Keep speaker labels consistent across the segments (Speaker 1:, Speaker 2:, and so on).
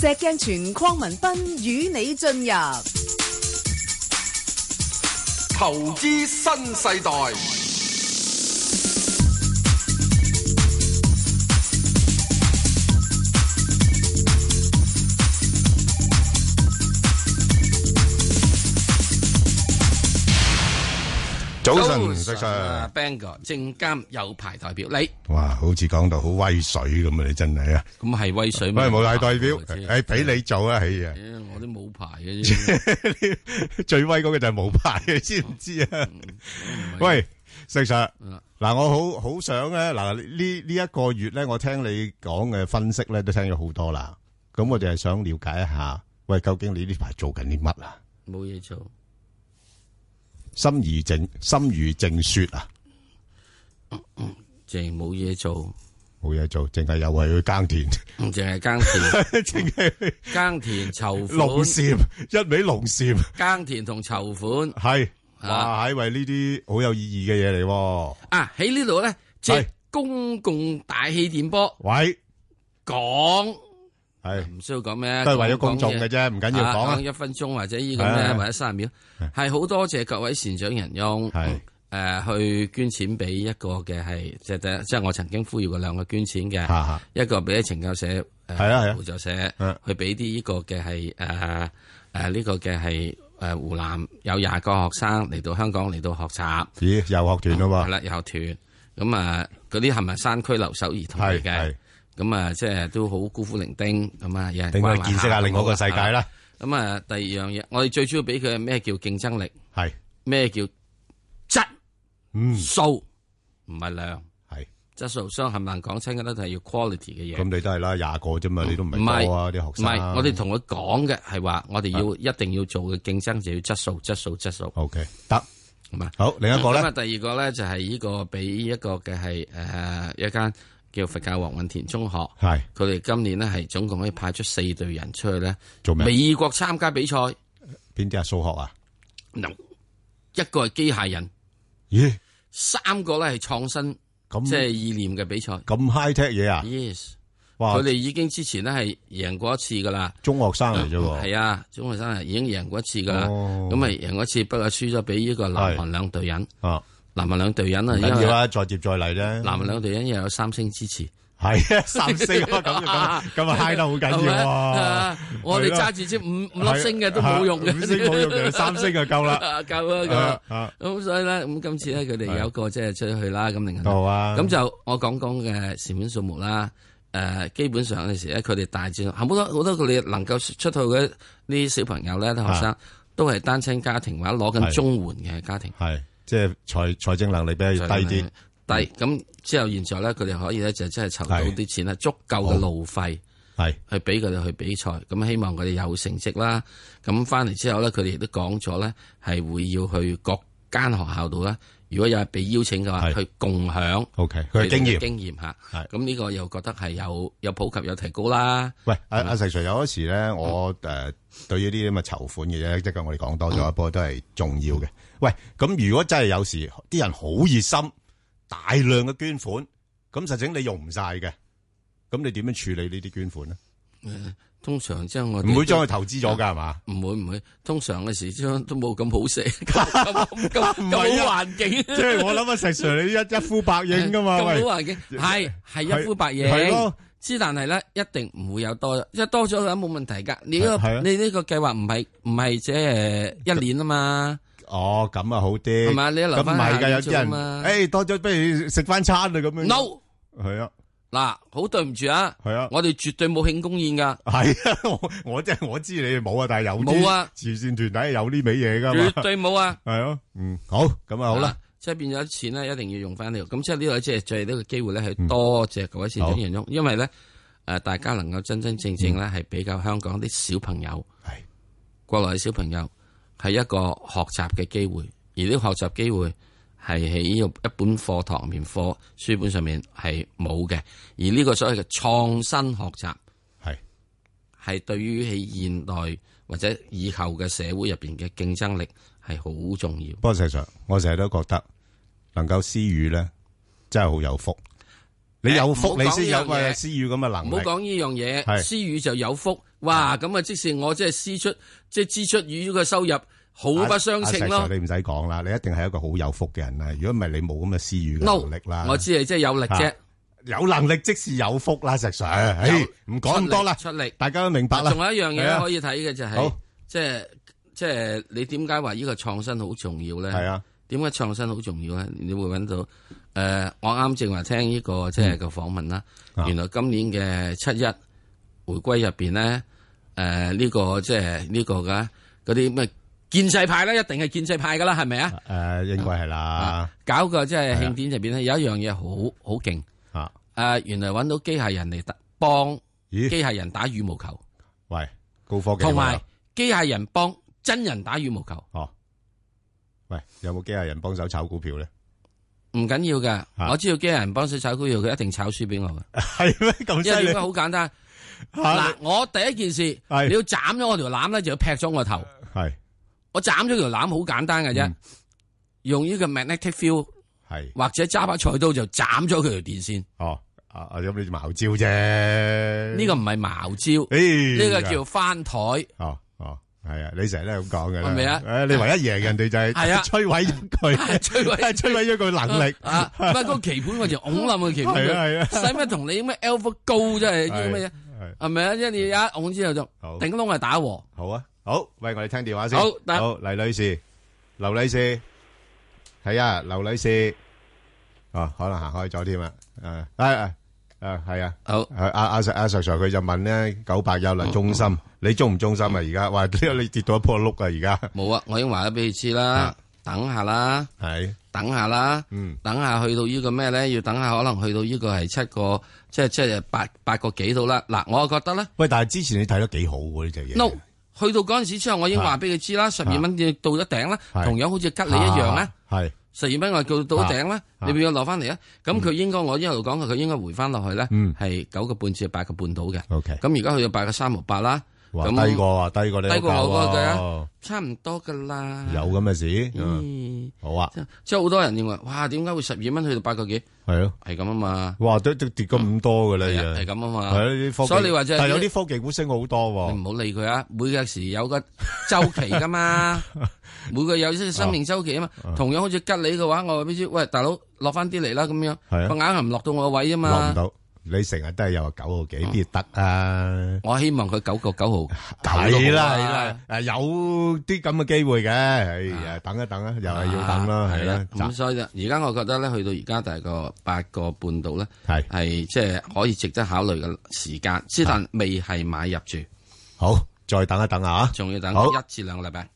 Speaker 1: 石鏡泉鄺民彬與你進入
Speaker 2: 投資新世代。
Speaker 3: 早
Speaker 2: 早
Speaker 3: 晨，石
Speaker 2: 啊
Speaker 3: Sir，
Speaker 2: ，Bang 哥，證監有牌代表你，
Speaker 3: 哇，好似講到好威水咁啊！你真係啊，
Speaker 2: 咁係威水咩？
Speaker 3: 喂，冇大代表
Speaker 2: 我知，
Speaker 3: 誒，俾你做啊，係啊，
Speaker 2: 誒我都冇牌嘅啫。
Speaker 3: 最威嗰個就係冇牌嘅，知唔知啊？
Speaker 2: 唔係，
Speaker 3: 喂，石 Sir，
Speaker 2: 啊
Speaker 3: 嗱，我好好想咧，嗱呢呢一個月咧，我聽你講嘅分析咧，都聽咗好多啦，咁我就係想了解一下，喂，究竟你呢排做緊啲乜啊？
Speaker 2: 冇嘢做，
Speaker 3: 心如靜，心如靜雪啊，
Speaker 2: 淨係冇嘢做，
Speaker 3: 冇嘢做，淨係又係去耕田，
Speaker 2: 淨係耕田，
Speaker 3: 淨係去
Speaker 2: 耕田籌
Speaker 3: 農
Speaker 2: 款，
Speaker 3: 禪，一味農禪。
Speaker 2: 耕田同籌款
Speaker 3: 系，
Speaker 2: 啊
Speaker 3: 哇！喺喂呢啲好有意義嘅嘢嚟喎，
Speaker 2: 啊！喺呢度咧，
Speaker 3: 係
Speaker 2: 即公共大氣電波
Speaker 3: 喂，
Speaker 2: 講。
Speaker 3: 係
Speaker 2: 唔需要講咩，
Speaker 3: 都係為咗公眾
Speaker 2: 啫，
Speaker 3: 嘅啫，唔緊要講
Speaker 2: 啊
Speaker 3: 啊
Speaker 2: 講，一分鐘或者呢
Speaker 3: 係
Speaker 2: 咁
Speaker 3: 係
Speaker 2: 咧，
Speaker 3: 係
Speaker 2: 或者三十秒，係好多謝各位善長人翁，
Speaker 3: 係
Speaker 2: 誒去捐錢俾一個嘅係即係即係我曾經呼籲過兩個捐錢
Speaker 3: 嚇
Speaker 2: 嘅，
Speaker 3: 嚇，
Speaker 2: 一個俾懲教社誒
Speaker 3: 係啊係啊
Speaker 2: 輔助社
Speaker 3: 嗯，
Speaker 2: 去俾啲呢個嘅係誒誒呢個嘅係誒湖南有廿個學生嚟到香港嚟到學習，
Speaker 3: 咦，遊學團
Speaker 2: 係
Speaker 3: 啊
Speaker 2: 啦有團，咁啊嗰啲係咪山區留守兒童
Speaker 3: 喎，
Speaker 2: 嚟
Speaker 3: 係
Speaker 2: 嘅
Speaker 3: 係？，
Speaker 2: 咁啊，即係都好孤苦伶仃咁啊，有人
Speaker 3: 令我
Speaker 2: 關
Speaker 3: 哋
Speaker 2: 懷
Speaker 3: 見識下另外一個世界。啦，
Speaker 2: 咁啊，第二樣嘢，我哋最主要俾佢係咩叫競爭力，
Speaker 3: 係，
Speaker 2: 咩叫質
Speaker 3: 嗯，
Speaker 2: 素，唔係量。
Speaker 3: 係，
Speaker 2: 質素相冚唪唥講親嘅都係要 quality 嘅
Speaker 3: 咁
Speaker 2: 嘢。
Speaker 3: 你都係啦，廿個啫嘛，你都唔
Speaker 2: 唔係
Speaker 3: 係多啊，啲
Speaker 2: 唔
Speaker 3: 學生，啊
Speaker 2: 係，我哋同佢講嘅係話，我哋要一定要做嘅競爭就要質素、質素、質素，
Speaker 3: ，OK，得，
Speaker 2: 係嘛？
Speaker 3: 好，另一個
Speaker 2: 咁
Speaker 3: 咧
Speaker 2: 啊，，第二個咧就係呢個俾一個嘅係誒一間叫佛教黃允田中學，
Speaker 3: 係
Speaker 2: 佢哋今年呢係總共可以派出四隊人出去咧，
Speaker 3: 做咩？
Speaker 2: 美國參加比賽。
Speaker 3: 邊啲啊？數學啊？
Speaker 2: 嗱，一個係機械人，
Speaker 3: 咦，
Speaker 2: 三個咧係創新，即係
Speaker 3: 咁
Speaker 2: 意念嘅比賽。
Speaker 3: 咁 high tech 嘢啊？
Speaker 2: Yes，
Speaker 3: 哇
Speaker 2: 佢，哋已經之前咧係贏過一次噶啦，
Speaker 3: 中學生嚟啫喎，
Speaker 2: 係啊，中學生係已經贏過一次噶啦，
Speaker 3: 哦
Speaker 2: 咁咪贏過一次，不過輸咗俾呢個南韓兩隊人，
Speaker 3: 啊，
Speaker 2: 南韓兩隊人啊，
Speaker 3: 唔
Speaker 2: 因
Speaker 3: 緊要
Speaker 2: 為
Speaker 3: 啦，再接再厲啫，
Speaker 2: 南韓兩隊人又有三星支持，
Speaker 3: 系啊，三四個咁 咁咁 啊 high 得好緊
Speaker 2: 係咪
Speaker 3: 要喎。
Speaker 2: 啊我哋
Speaker 3: 係咯啊
Speaker 2: 揸住支五五粒星嘅都冇用嘅，
Speaker 3: 五星冇用嘅，三星就夠啦。
Speaker 2: 啊 夠啦夠啦，
Speaker 3: 啊，
Speaker 2: 咁所以咧，咁今次咧佢哋有一個即係出去啦，咁另外
Speaker 3: 好啊，
Speaker 2: 咁就我講講嘅善款數目啦。誒、基本上有陣時咧，佢哋大致上好多好多佢哋能夠出去嘅呢啲小朋友咧，啲學生都係單親家庭或者攞緊
Speaker 3: 啊係
Speaker 2: 綜援嘅家庭，
Speaker 3: 係即係財財政能力比較低啲，
Speaker 2: 低咁之後，現在咧佢哋可以咧就真係籌到
Speaker 3: 係
Speaker 2: 啲錢啦，足夠嘅路費
Speaker 3: 係
Speaker 2: 去俾佢哋去比賽。咁希望佢哋有成績啦。咁翻嚟之後咧，佢哋亦都講咗咧，係會要去各間學校度咧，如果有被邀請嘅話，
Speaker 3: 係
Speaker 2: 去共享。
Speaker 3: OK。佢嘅經驗。
Speaker 2: 經驗嚇。
Speaker 3: 係
Speaker 2: 咁呢個又覺得係有有普及有提高啦。
Speaker 3: 喂，阿阿石 Sir 有嗰時咧，我誒對於呢啲咁嘅籌款嘅嘢，即係我哋講多咗，不過都係重要嘅。喂，咁如果真係有時啲人好熱心，大量嘅捐款，咁實情你用唔晒嘅，咁你點樣處理呢啲捐款咧？
Speaker 2: 通常即係我哋
Speaker 3: 唔會將佢投資咗㗎係嘛？
Speaker 2: 唔會唔會，通常嘅時將都冇咁好食， 咁咁咁
Speaker 3: 唔
Speaker 2: 咁
Speaker 3: 係
Speaker 2: 好
Speaker 3: 啊
Speaker 2: 環境，
Speaker 3: 即係我諗啊，石 Sir 你一一呼百應㗎嘛？
Speaker 2: 咁
Speaker 3: 喂，
Speaker 2: 好環境係係
Speaker 3: 係
Speaker 2: 一呼百應。
Speaker 3: 係咯。
Speaker 2: 之但係咧，一定唔會有多，因為多咗嘅話冇問題㗎。你呢
Speaker 3: 係係啊
Speaker 2: 個你呢個計劃唔係唔係即係一年啊嘛，
Speaker 3: 哦，咁啊好啲，
Speaker 2: 係嘛你留
Speaker 3: 咁
Speaker 2: 返
Speaker 3: 唔係
Speaker 2: 下
Speaker 3: 噶，有
Speaker 2: 年
Speaker 3: 啲
Speaker 2: 做啊嘛
Speaker 3: 人誒多咗，不如食翻餐啦咁樣。
Speaker 2: ？No
Speaker 3: 係啊，
Speaker 2: 嗱，好對唔住啊，
Speaker 3: 係啊，
Speaker 2: 我哋絕對冇慶功宴㗎，
Speaker 3: 係啊，我我即係我知你哋冇啊，但係有啲
Speaker 2: 冇啊
Speaker 3: 慈善團體係有呢味嘢噶嘛
Speaker 2: 絕，對冇啊。
Speaker 3: 係啊，嗯，好，咁啊好啦
Speaker 2: 啊，，即係變咗錢咧，一定要用翻呢度。咁即係呢度即係最呢個機會咧，
Speaker 3: 嗯
Speaker 2: 係多謝各位善長人翁，因為咧誒大家能夠真真正正咧係比較香港啲小朋友、
Speaker 3: 嗯係
Speaker 2: 國內嘅小朋友係一個學習嘅機會，而呢個學習機會係喺呢個一本課堂入面課書本上面係冇嘅，而呢個所謂嘅創新學習
Speaker 3: 係
Speaker 2: 係對於喺現代或者以後嘅社會入邊嘅競爭力係好重要。
Speaker 3: 不過事實上，我成日都覺得能夠私語咧，真係好有福。你有
Speaker 2: 誒
Speaker 3: 福，
Speaker 2: 唔好
Speaker 3: 你
Speaker 2: 講
Speaker 3: 先有
Speaker 2: 呢樣嘢
Speaker 3: 喂私語咁嘅能
Speaker 2: 唔
Speaker 3: 力。
Speaker 2: 好講呢樣嘢，
Speaker 3: 係
Speaker 2: 私語就有福。哇！咁啊，即使我即係支出，即係支出與呢個收入好不相稱
Speaker 3: 阿
Speaker 2: 咯
Speaker 3: Sir，。你唔使講啦，你一定係一個好有福嘅人啦。如果唔係，你冇咁嘅私語嘅
Speaker 2: no，
Speaker 3: 能力啦。
Speaker 2: 我知係即係有力啫
Speaker 3: 啊，有能力即是有福啦，石 Sir。唉
Speaker 2: 有
Speaker 3: 唔講咁多啦，
Speaker 2: 出力。出力
Speaker 3: 大家都明白啦。
Speaker 2: 仲有一樣
Speaker 3: 係
Speaker 2: 嘢
Speaker 3: 啊
Speaker 2: 可以睇嘅就係
Speaker 3: 好，
Speaker 2: 即係即係你點解話呢個創新好重要咧？
Speaker 3: 係啊，
Speaker 2: 點解創新好重要咧？你會揾到誒、呃我啱正話聽呢、個即係個訪問啦。
Speaker 3: 啊
Speaker 2: 原來今年嘅七一回歸入邊咧，誒、呢、個即係呢個嘅嗰啲咩建制派咧，一定係建制派噶啦，係咪啊？
Speaker 3: 誒，應該係啦。
Speaker 2: 搞個即係
Speaker 3: 係啊
Speaker 2: 慶典入邊咧，有一樣嘢好好勁誒
Speaker 3: 啊，，
Speaker 2: 呃原來揾到機械人嚟打幫
Speaker 3: 咦？啊
Speaker 2: 機械人打羽毛球，
Speaker 3: 喂，高科技
Speaker 2: 同
Speaker 3: 喎
Speaker 2: 埋機械人幫真人打羽毛球，
Speaker 3: 哦，喂，有冇機械人幫手炒股票咧？
Speaker 2: 唔緊要噶。
Speaker 3: 啊
Speaker 2: 我知道機械人幫手炒股票，佢一定炒輸俾我嘅。
Speaker 3: 係咩咁犀
Speaker 2: 因為
Speaker 3: 利
Speaker 2: 點解？好簡單？
Speaker 3: 嚇
Speaker 2: 嗱，我第一件事，
Speaker 3: 啊係
Speaker 2: 你要斬咗我條腩咧，就要劈咗我頭。
Speaker 3: 係
Speaker 2: 我斬咗條腩好簡單嘅啫
Speaker 3: 嗯，
Speaker 2: 用呢個 magnetic field
Speaker 3: 係
Speaker 2: 或者揸把菜刀就斬咗佢條電線。
Speaker 3: 哦，啊啊咁你茅招啫。
Speaker 2: 呢個唔係茅
Speaker 3: 哎
Speaker 2: 招，
Speaker 3: 誒
Speaker 2: 呢個叫翻 台。
Speaker 3: 哦哦，系啊，你成日都係咁講嘅啦。
Speaker 2: 係咪啊
Speaker 3: 誒你唯一贏人哋就係
Speaker 2: 係啊
Speaker 3: 摧毀咗佢，
Speaker 2: 摧毀
Speaker 3: 摧毀咗佢能力。
Speaker 2: 啊，唔係個棋盤我就拱冧個棋盤
Speaker 3: 係啊係啊
Speaker 2: 佢，使乜同你咩 alpha 高真係啲咩嘢？
Speaker 3: 係
Speaker 2: 係咪啊？因為你一拱之後就
Speaker 3: 好
Speaker 2: 頂窿係打和。
Speaker 3: 好啊，好，喂，我哋聽電話先。
Speaker 2: 好得
Speaker 3: 好，黎女士，劉女士，係啊，劉女士，哦，可能行開咗添啊。誒，誒誒，係啊。
Speaker 2: 好，
Speaker 3: 阿阿阿 Sir 阿 Sir Sir 佢就問咧九百有能中心，你中唔中心啊？而家哇，呢個你跌到一坡碌啊！而家
Speaker 2: 冇啊！我已經話咗俾你知啦
Speaker 3: 啊，
Speaker 2: 等下啦，
Speaker 3: 係
Speaker 2: 等下啦。
Speaker 3: 嗯
Speaker 2: 等下去到呢個咩咧？要等下可能去到呢個係七個，即係即係八八個幾度啦。嗱，我覺得咧
Speaker 3: 喂，但係之前你睇得幾好喎呢只嘢
Speaker 2: ，no，去到嗰陣時之後，我已經話俾佢知啦，十二蚊到咗頂啦，
Speaker 3: 係
Speaker 2: 同樣好似吉利一樣啦，
Speaker 3: 係
Speaker 2: 十二蚊我叫到頂啦，
Speaker 3: 啊
Speaker 2: 你咪要落翻嚟啊。咁佢應該我一路講佢，佢應該回翻落去咧
Speaker 3: 嗯，
Speaker 2: 係九個半至八個半到嘅。
Speaker 3: OK。
Speaker 2: 咁而家去到八個三毫八啦，
Speaker 3: 哇，
Speaker 2: 咁
Speaker 3: 低過啊，低過你
Speaker 2: 低過
Speaker 3: 嗰價
Speaker 2: 我嗰個
Speaker 3: 喎。
Speaker 2: 差唔多噶啦。
Speaker 3: 有咁嘅事？
Speaker 2: 咦，
Speaker 3: 嗯，好啊，
Speaker 2: 即即係好多人認為，哇，點解會十二蚊去到八個幾？係咁啊嘛，
Speaker 3: 係咯。哇，都-都跌咁多㗎啦，
Speaker 2: 係
Speaker 3: 又。
Speaker 2: 啊係咁啊嘛。
Speaker 3: 係啊，啲科技-
Speaker 2: 所以你話就係
Speaker 3: 但係
Speaker 2: 呢-
Speaker 3: 有啲科技股升好多喎。
Speaker 2: 你唔好理佢啊！每個時有個周期噶 嘛，每個有啲生命周期啊嘛。同樣好似吉利嘅話，我話俾你知，喂大佬落翻啲嚟啦，咁樣
Speaker 3: 係啊
Speaker 2: 個硬係唔落到我個位啊嘛。
Speaker 3: 落唔到。你成日都係有九個幾，邊得啊？
Speaker 2: 我希望佢九個九毫，九
Speaker 3: 係啦，
Speaker 2: 六毫啊，
Speaker 3: 係啦。誒，有啲咁嘅機會嘅。哎呀，等一等啊，又係要等啦，係啦，
Speaker 2: 咁所以就而家我覺得咧，去到而家大概八個半度咧，係即係可以值得考慮嘅時間，之
Speaker 3: 啊
Speaker 2: 但未係買入住，
Speaker 3: 係。好，再等一等啊。
Speaker 2: 仲要等
Speaker 3: 好
Speaker 2: 一至兩個禮拜。
Speaker 3: 啊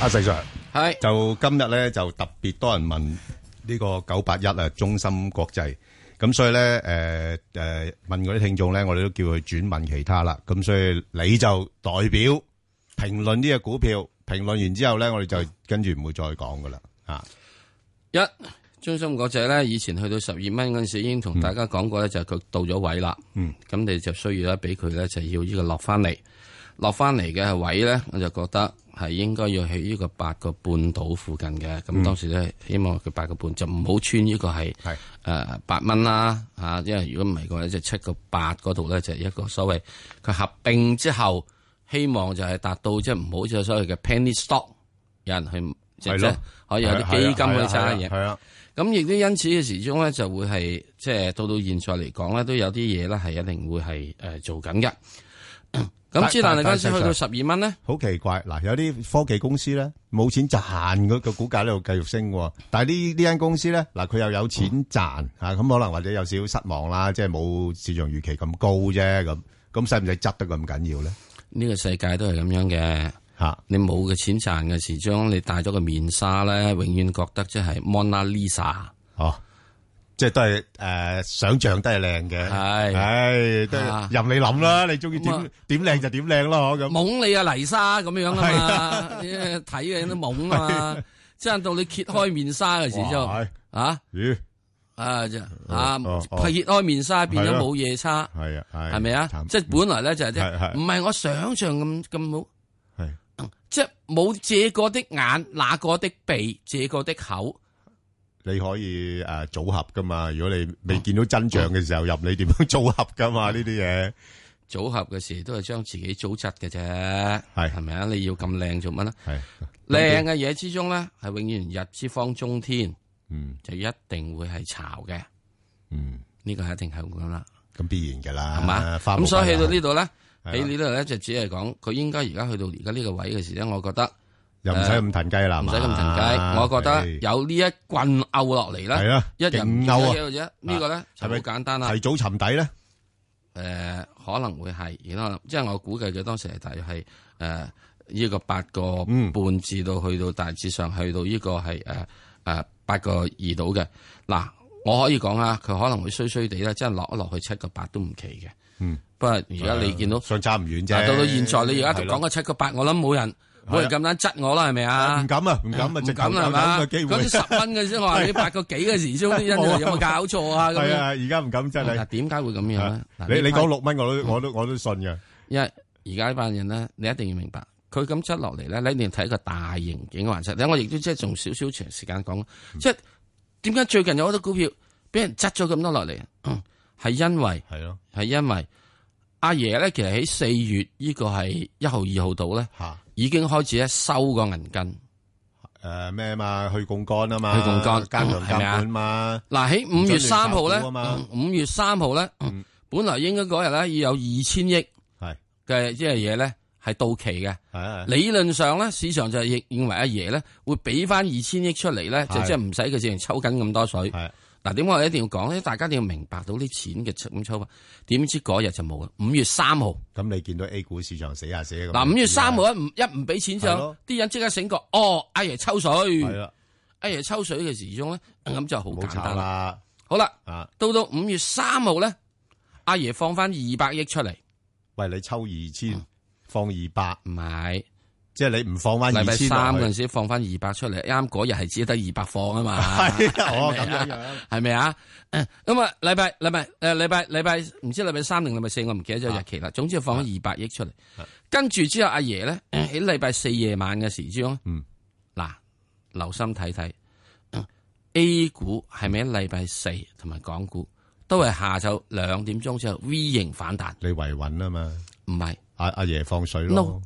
Speaker 3: 阿細Sir，就今日呢，
Speaker 2: 係
Speaker 3: 就特別多人問呢個981啊，中心國際，咁所以呢，誒，誒，問嗰啲聽眾呢，我哋都叫佢轉問其他啦。咁所以你就代表評論呢隻股票，評論完之後呢，我哋就跟住唔會再講㗎啦，啊，係，
Speaker 2: 一中心國際咧，以前去到十二蚊嗰陣時，已經同大家講過咧，就係佢到咗位啦。
Speaker 3: 嗯，
Speaker 2: 咁你就需要咧，俾佢咧就要呢個落翻嚟，落翻嚟嘅位咧，我就覺得係應該要喺呢個八個半度附近嘅。
Speaker 3: 嗯
Speaker 2: 咁當時咧，希望佢八個半就唔好穿呢個係誒八蚊啦嚇，因為如果唔係嘅話，即係七個八嗰度咧就係一個所謂佢合併之後，希望就係達到即係唔好再所謂嘅 penny stock，有人去即
Speaker 3: 係咯
Speaker 2: 係可以有啲基金去揸嘢。
Speaker 3: 係啊，係啊，係啊，
Speaker 2: 咁亦都因此嘅時鐘咧，就會係即係到到現在嚟講咧，都有啲嘢咧係一定會係誒、呃做緊 嘅。
Speaker 3: 但
Speaker 2: 咁之但係嗰
Speaker 3: 但
Speaker 2: 陣時去到十二蚊咧，
Speaker 3: 好奇怪，嗱，有啲科技公司呢，冇錢賺，佢-佢股價呢度繼續升喎，但係呢-呢間公司呢，嗱，佢又有錢賺，啊，咁可能或者有少少失望啦，即係冇市場預期咁高啫，咁-咁使唔使執得咁緊要呢？嚇，
Speaker 2: 呢個世界都係咁樣嘅。你冇嘅錢賺嘅時鐘，你戴咗個面紗咧，永遠覺得即係 Mona Lisa。
Speaker 3: 哦，即系都系诶、誒想象都系靓嘅，
Speaker 2: 係
Speaker 3: 唉，都
Speaker 2: 啊
Speaker 3: 係任你谂啦，你中意
Speaker 2: 咁啊
Speaker 3: 点点靓就点靓咯，咁
Speaker 2: 懵你啊泥沙咁樣啊 嘛，因為睇嘅人都懵啊嘛。即係到你揭開面紗嘅時
Speaker 3: 哇
Speaker 2: 鐘
Speaker 3: 係
Speaker 2: 啊
Speaker 3: 咦，
Speaker 2: 啊就啊
Speaker 3: 哦哦
Speaker 2: 揭開面紗變咗
Speaker 3: 係咯
Speaker 2: 冇夜叉。
Speaker 3: 系啊，
Speaker 2: 系咪啊
Speaker 3: 慘？
Speaker 2: 即系本來咧就係即
Speaker 3: 係係
Speaker 2: 係唔係我想象咁咁好，
Speaker 3: 係
Speaker 2: 即系冇借過的眼，那過的鼻，借過的口。
Speaker 3: 你可以诶组合噶嘛？如果你未見到真相嘅時候入，你點樣組合噶嘛？呢啲嘢
Speaker 2: 組合嘅時都係將自己組織嘅啫，
Speaker 3: 係
Speaker 2: 係咪啊？你要咁靚做乜咧？
Speaker 3: 係
Speaker 2: 靚嘅嘢之中咧，係永遠日之方中天，
Speaker 3: 嗯
Speaker 2: 就一定會係潮嘅，
Speaker 3: 嗯，
Speaker 2: 呢個係一定係咁啦，
Speaker 3: 咁必然噶啦，
Speaker 2: 係嘛？
Speaker 3: 花無
Speaker 2: 咁所以去
Speaker 3: 百日
Speaker 2: 到呢度咧，
Speaker 3: 係啊
Speaker 2: 喺呢度咧就只係講佢應該而家去到而家呢個位嘅時咧，我覺得
Speaker 3: 又唔使咁騰雞啦，
Speaker 2: 唔
Speaker 3: 係
Speaker 2: 使咁
Speaker 3: 嘛
Speaker 2: 騰雞，我覺得
Speaker 3: 係
Speaker 2: 有呢一棍摳落嚟
Speaker 3: 係
Speaker 2: 咧，
Speaker 3: 啊，
Speaker 2: 一人
Speaker 3: 勁
Speaker 2: 唔
Speaker 3: 勾啊
Speaker 2: 見咗嘢嘅啫，呢個咧就好
Speaker 3: 咪
Speaker 2: 簡單啦。
Speaker 3: 提早沉底咧，
Speaker 2: 誒、可能會係，而可能即係我估計佢當時係大約係誒呢個八個
Speaker 3: 嗯
Speaker 2: 半至到去到大致上去到呢個係誒誒八個二度嘅。嗱，我可以講啊，佢可能會衰衰地啦，即係落一落去七個八都唔奇嘅。
Speaker 3: 嗯，
Speaker 2: 不過而家你見到
Speaker 3: 相差唔遠啫。
Speaker 2: 嗱，到到現在你而家
Speaker 3: 係
Speaker 2: 講
Speaker 3: 咯
Speaker 2: 個七個八，我諗冇人
Speaker 3: 啊
Speaker 2: 冇人咁膽質我啦，係咪啊
Speaker 3: 唔？敢啊，唔敢啊，直
Speaker 2: 唔
Speaker 3: 頭
Speaker 2: 敢啦，係
Speaker 3: 有
Speaker 2: 嘛？
Speaker 3: 咁嘅機
Speaker 2: 嗰啲
Speaker 3: 會。啊
Speaker 2: 十蚊嘅先，我話你八個幾嘅時鐘啲人
Speaker 3: 冇啊
Speaker 2: 有冇搞錯啊？咁
Speaker 3: 係啊，
Speaker 2: 樣
Speaker 3: 而家唔敢真
Speaker 2: 嗱，
Speaker 3: 係。啊
Speaker 2: 點解會咁樣咧？嗱
Speaker 3: 你你
Speaker 2: 呢排
Speaker 3: 講六蚊我都我都我都信嘅。
Speaker 2: 因為而家呢班人咧，你一定要明白，佢咁出落嚟咧，你一定要睇一個大型景環出。你我亦都即係仲少少長時間講，
Speaker 3: 嗯
Speaker 2: 即係點解最近有好多股票俾人執咗咁多落嚟？嗯係因為
Speaker 3: 係咯，
Speaker 2: 係因為阿爺咧，其實喺四月呢個係一號二號度咧，
Speaker 3: 嚇
Speaker 2: 已經開始咧收個銀根。
Speaker 3: 誒咩嘛，去槓桿啊嘛，
Speaker 2: 去槓桿
Speaker 3: 加強監管嘛，
Speaker 2: 嗱喺五月三號咧
Speaker 3: 唔準亂炒股啊嘛，
Speaker 2: 五月三號咧
Speaker 3: 嗯，
Speaker 2: 本來應該嗰日咧要有二千億
Speaker 3: 係
Speaker 2: 嘅即係嘢咧係到期嘅。
Speaker 3: 係啊，係
Speaker 2: 理論上咧，市場就認認為阿爺咧會俾翻二千億出嚟咧，就
Speaker 3: 係
Speaker 2: 即係唔使佢自然抽緊咁多水。
Speaker 3: 係
Speaker 2: 嗱，點解我一定要講咧？大家一定要明白到啲錢嘅抽咁抽法。點知嗰日就冇啦，五月三號。
Speaker 3: 咁你見到 A 股市場死下死咁。啊
Speaker 2: 嗱，五月三號一唔一唔俾錢
Speaker 3: 係
Speaker 2: 就
Speaker 3: 咯
Speaker 2: 啲人即刻醒覺，哦，阿爺抽
Speaker 3: 係
Speaker 2: 水，
Speaker 3: 啦，
Speaker 2: 阿爺抽水嘅時鐘咧，咁就好
Speaker 3: 冇
Speaker 2: 簡
Speaker 3: 炒
Speaker 2: 單啦。
Speaker 3: 啦
Speaker 2: 好啦，
Speaker 3: 啊！
Speaker 2: 到到五月三號咧，阿爺放翻二百億出嚟，
Speaker 3: 喂，你抽二千放二百，
Speaker 2: 唔係
Speaker 3: 即係你唔放翻
Speaker 2: 禮
Speaker 3: 二
Speaker 2: 拜
Speaker 3: 千啊
Speaker 2: 三嗰
Speaker 3: 落
Speaker 2: 陣
Speaker 3: 去。
Speaker 2: 時放翻二百出嚟，啱嗰日係只得二百放啊嘛。
Speaker 3: 係 啊，哦
Speaker 2: 係
Speaker 3: 咁
Speaker 2: 咪啊
Speaker 3: 樣樣，
Speaker 2: 系咪啊？誒咁啊，禮拜禮拜誒禮拜禮拜唔知禮拜三定禮拜四，我唔記得咗日期啦。總之放咗二百億出嚟
Speaker 3: 啊，
Speaker 2: 跟住之後阿爺咧喺禮拜四夜晚嘅時鐘，
Speaker 3: 嗯
Speaker 2: 嗱留心睇睇嗯 A 股係咪喺禮拜四同埋港股都係下晝兩點鐘之後 V 型反彈？
Speaker 3: 你維穩啊嘛，
Speaker 2: 唔係，
Speaker 3: 阿阿爺放水咯，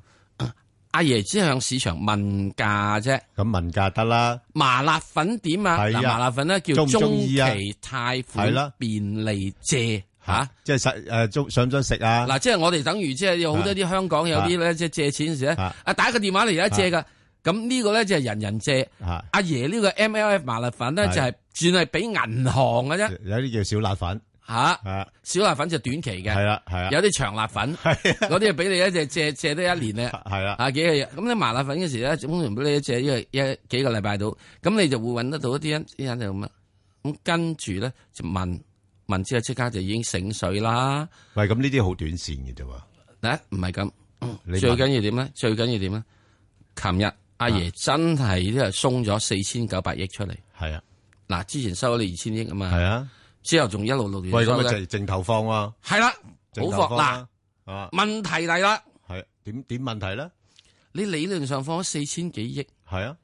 Speaker 2: 阿爺只係向市場問價啫。
Speaker 3: 咁問價得啦，
Speaker 2: 麻辣粉點啊？
Speaker 3: 係啊
Speaker 2: 嗱，麻辣粉咧叫
Speaker 3: 中唔中
Speaker 2: 中期
Speaker 3: 意啊
Speaker 2: 貸
Speaker 3: 係啦
Speaker 2: 款便利借嚇。
Speaker 3: 啊即係實誒中想唔想食啊？
Speaker 2: 嗱，即係我哋等於即係有好多啲香港有啲咧，即係借錢嗰時咧
Speaker 3: 啊，
Speaker 2: 啊打個電話嚟而家借噶，咁呢個咧就係人人借。
Speaker 3: 嚇，
Speaker 2: 阿爺呢個 MLF 麻辣粉咧
Speaker 3: 係
Speaker 2: 就係轉係俾銀行嘅啫，
Speaker 3: 有啲叫小辣粉
Speaker 2: 嚇
Speaker 3: 啊，
Speaker 2: 小辣粉就短期
Speaker 3: 係
Speaker 2: 嘅，
Speaker 3: 啦係啦，
Speaker 2: 有啲長辣粉，
Speaker 3: 係啊
Speaker 2: 嗰啲係俾你一隻借借得一年咧。
Speaker 3: 啊係啦。
Speaker 2: 啊幾個月，咁你麻辣粉嗰時咧，通常俾你一隻一個一幾個禮拜到，咁你就會揾得到一啲人，啲人就咁啊，咁跟住咧就問問之後，即刻就已經醒水啦。
Speaker 3: 喂，咁呢啲好短線嘅啫喎，
Speaker 2: 嗱，唔係咁。
Speaker 3: 你
Speaker 2: 最
Speaker 3: 問
Speaker 2: 緊要點咧？最緊要點咧？琴日阿
Speaker 3: 啊
Speaker 2: 爺真係都係鬆咗四千九百億出嚟。
Speaker 3: 係啊，
Speaker 2: 嗱，之前收咗你二千億啊
Speaker 3: 係
Speaker 2: 嘛，
Speaker 3: 啊，
Speaker 2: 之後仲一路陸續
Speaker 3: 喂，咁
Speaker 2: 收
Speaker 3: 咪
Speaker 2: 咧，
Speaker 3: 淨淨投放喎，
Speaker 2: 係啦，好
Speaker 3: 淨投
Speaker 2: 放
Speaker 3: 放
Speaker 2: 嗱，
Speaker 3: 啦，啊，
Speaker 2: 問題嚟啦，
Speaker 3: 係點點問題咧？
Speaker 2: 你理論上放咗四千幾億，
Speaker 3: 係啊，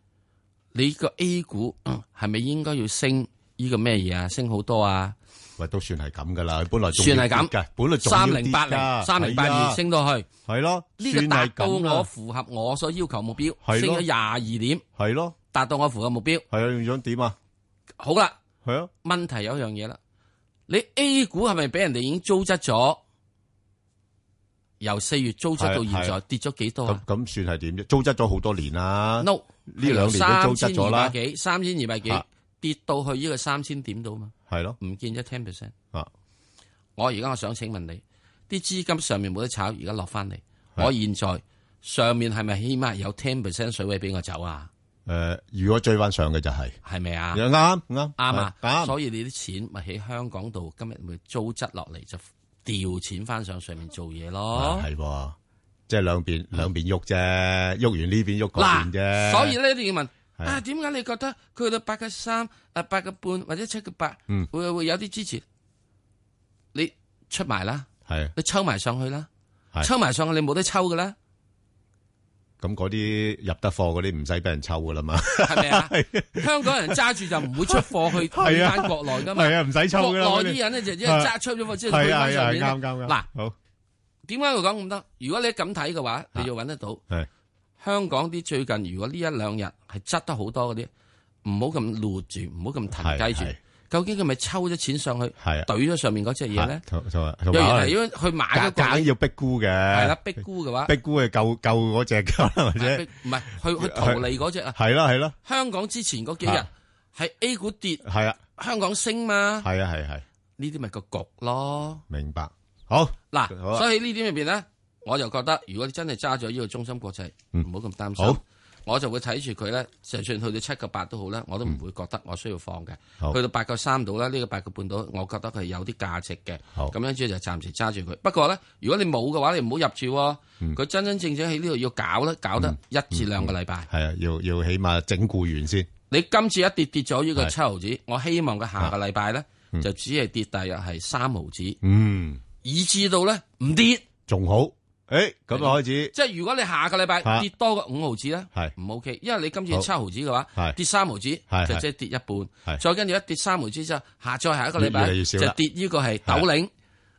Speaker 2: 你個 A 股嗯係咪應該要升呢個咩嘢啊？升好多啊，
Speaker 3: 喂，都算係咁噶啦，本來仲
Speaker 2: 算
Speaker 3: 要
Speaker 2: 係咁
Speaker 3: 跌嘅，本來仲啊要
Speaker 2: 三
Speaker 3: 跌
Speaker 2: 零八
Speaker 3: 㗎
Speaker 2: 零、三零八
Speaker 3: 係
Speaker 2: 二
Speaker 3: 啊
Speaker 2: 升到去，
Speaker 3: 係咯，
Speaker 2: 呢個
Speaker 3: 算
Speaker 2: 達
Speaker 3: 係
Speaker 2: 到
Speaker 3: 咁
Speaker 2: 我
Speaker 3: 啦，
Speaker 2: 符合我所要求目標，
Speaker 3: 係咯
Speaker 2: 升咗廿二點，
Speaker 3: 係咯，
Speaker 2: 達到我符合目標。
Speaker 3: 係啊，你想點啊？
Speaker 2: 好啦。
Speaker 3: 係啊，
Speaker 2: 問題有一樣嘢啦，你 A 股係咪俾人哋已經租質咗？由四月租質到
Speaker 3: 係
Speaker 2: 現
Speaker 3: 係
Speaker 2: 在跌咗幾多
Speaker 3: 咁
Speaker 2: 啊
Speaker 3: 咁算係點啫？租質咗好多年啦，
Speaker 2: ？No，
Speaker 3: 啊呢兩年都租質咗啦
Speaker 2: 三千二百幾，三千二百幾
Speaker 3: 啊
Speaker 2: 跌到去呢個三千點度嘛，
Speaker 3: 係咯，
Speaker 2: 唔見咗 ten percent。
Speaker 3: 啊，
Speaker 2: 我而家我想請問你，啲資金上面冇得炒，而家落翻嚟，
Speaker 3: 係
Speaker 2: 我現在上面係咪起碼有 ten percent 水位俾我走啊？
Speaker 3: 誒，如果追翻上嘅就係
Speaker 2: 係咪啊？
Speaker 3: 啱啱啱
Speaker 2: 啱啊，
Speaker 3: 啱，
Speaker 2: 所以你啲錢咪喺香港度，今日咪租質落嚟就調錢翻上上面做嘢咯。
Speaker 3: 啊係喎，即係兩邊兩邊喐啫，喐完呢邊喐嗰邊啫，
Speaker 2: 嗱，所以呢，你要問
Speaker 3: 係
Speaker 2: 啊，點解你覺得佢去到八個三、啊八個半或者七個八，
Speaker 3: 嗯
Speaker 2: 會會有啲支持？你出埋啦，
Speaker 3: 係啊
Speaker 2: 你抽埋上去啦，
Speaker 3: 係
Speaker 2: 抽埋上去你冇得抽噶啦，
Speaker 3: 咁嗰啲入得貨嗰啲唔使俾人抽噶啦嘛，
Speaker 2: 系咪 啊？香港人揸住就唔會出貨去去
Speaker 3: 係啊
Speaker 2: 翻國內噶嘛。
Speaker 3: 係啊，唔使抽
Speaker 2: 國
Speaker 3: 㗎啦，我
Speaker 2: 內
Speaker 3: 哋
Speaker 2: 啲人咧就因為揸出咗貨之後去
Speaker 3: 係啊
Speaker 2: 翻
Speaker 3: 係
Speaker 2: 上
Speaker 3: 啊，
Speaker 2: 面
Speaker 3: 係
Speaker 2: 呢。
Speaker 3: 啱啱啱。
Speaker 2: 嗱，
Speaker 3: 好
Speaker 2: 點解會講咁多？如果你咁睇嘅話，你要揾得到。
Speaker 3: 啊係
Speaker 2: 香港啲最近如果呢一兩日係執得好多嗰啲，唔好咁攣住，唔好咁騰雞住
Speaker 3: 係係。
Speaker 2: 究竟佢咪抽咗錢上去，
Speaker 3: 係啊
Speaker 2: 懟咗上面嗰只嘢咧？
Speaker 3: 同同埋同
Speaker 2: 有人係
Speaker 3: 埋
Speaker 2: 因為去買嗰
Speaker 3: 夾
Speaker 2: 個
Speaker 3: 硬要逼估嘅，
Speaker 2: 係啦，逼沽嘅話，啊
Speaker 3: 逼估係救救嗰只㗎啦，或者
Speaker 2: 逼唔係去去逃利嗰只啊。
Speaker 3: 係啦係啦，
Speaker 2: 香港之前嗰幾日
Speaker 3: 啊
Speaker 2: 係 A 股跌，
Speaker 3: 係啊
Speaker 2: 香港升嘛，
Speaker 3: 係啊係係，
Speaker 2: 呢啲咪個局咯。
Speaker 3: 明白。好
Speaker 2: 嗱
Speaker 3: 好啊，
Speaker 2: 所以呢點入邊咧，我就覺得如果你真係揸咗呢個中心國際，
Speaker 3: 嗯
Speaker 2: 唔好咁擔心
Speaker 3: 好。
Speaker 2: 我就會睇住佢咧，就算去到七個八都好啦，我都唔會覺得我需要放嘅。
Speaker 3: 好
Speaker 2: 去到八個三度啦，呢個八個半度，我覺得佢有啲價值嘅。
Speaker 3: 好
Speaker 2: 咁樣之後就暫時揸住佢。不過咧，如果你冇嘅話，你唔好入住喎。
Speaker 3: 嗯
Speaker 2: 佢真真正正喺呢度要搞咧，搞得一至兩個禮拜。
Speaker 3: 係啊，要要起碼整固完先。
Speaker 2: 你今次一跌跌咗呢個
Speaker 3: 係啊
Speaker 2: 七毫子，我希望佢下個禮拜咧就只係跌大約係三毫子，
Speaker 3: 嗯。
Speaker 2: 以至到咧唔跌。
Speaker 3: 仲好。诶，咁就開始
Speaker 2: 即係如果你下個禮拜
Speaker 3: 嚇
Speaker 2: 跌多個五毫子咧，
Speaker 3: 係
Speaker 2: 唔 OK，因為你今次
Speaker 3: 好
Speaker 2: 七毫子嘅話，
Speaker 3: 係
Speaker 2: 跌三毫子
Speaker 3: 係
Speaker 2: 就
Speaker 3: 係
Speaker 2: 即係跌一半，
Speaker 3: 係
Speaker 2: 再跟住一跌三毫子之後，下再下一個禮拜
Speaker 3: 越越嚟越少
Speaker 2: 就
Speaker 3: 啦
Speaker 2: 跌呢個係豆領，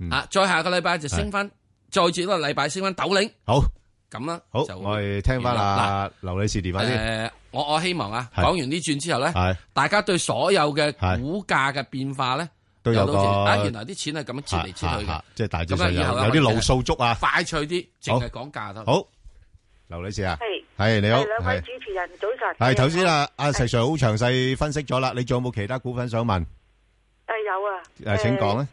Speaker 2: 啊，再下個禮拜就升翻，再至多個禮拜升翻豆領，
Speaker 3: 好
Speaker 2: 咁啦，
Speaker 3: 好，
Speaker 2: 就
Speaker 3: 我哋聽翻阿劉女士電話先。
Speaker 2: 誒，我我希望啊，
Speaker 3: 係
Speaker 2: 講完呢轉之後咧，
Speaker 3: 係
Speaker 2: 大家對所有嘅
Speaker 3: 係
Speaker 2: 股價嘅變化咧，
Speaker 3: 都有
Speaker 2: 到
Speaker 3: 個
Speaker 2: 時啊，原來啲錢係咁樣切嚟切去
Speaker 3: 嚇嚇
Speaker 2: 嘅
Speaker 3: 嚇，即係大致上
Speaker 2: 咁
Speaker 3: 有
Speaker 2: 啊以後咧
Speaker 3: 有啲
Speaker 2: 我哋
Speaker 3: 路數足啊。
Speaker 2: 快脆啲，淨係講價得。
Speaker 3: 好，劉女士啊，
Speaker 4: 係
Speaker 3: 係你好，
Speaker 4: 係兩位
Speaker 3: 係
Speaker 4: 主持人早晨。
Speaker 3: 係頭先啊，阿石 Sir 好詳細分析咗啦。你仲有冇其他股份想問？
Speaker 4: 誒有啊，
Speaker 3: 誒，請講啊。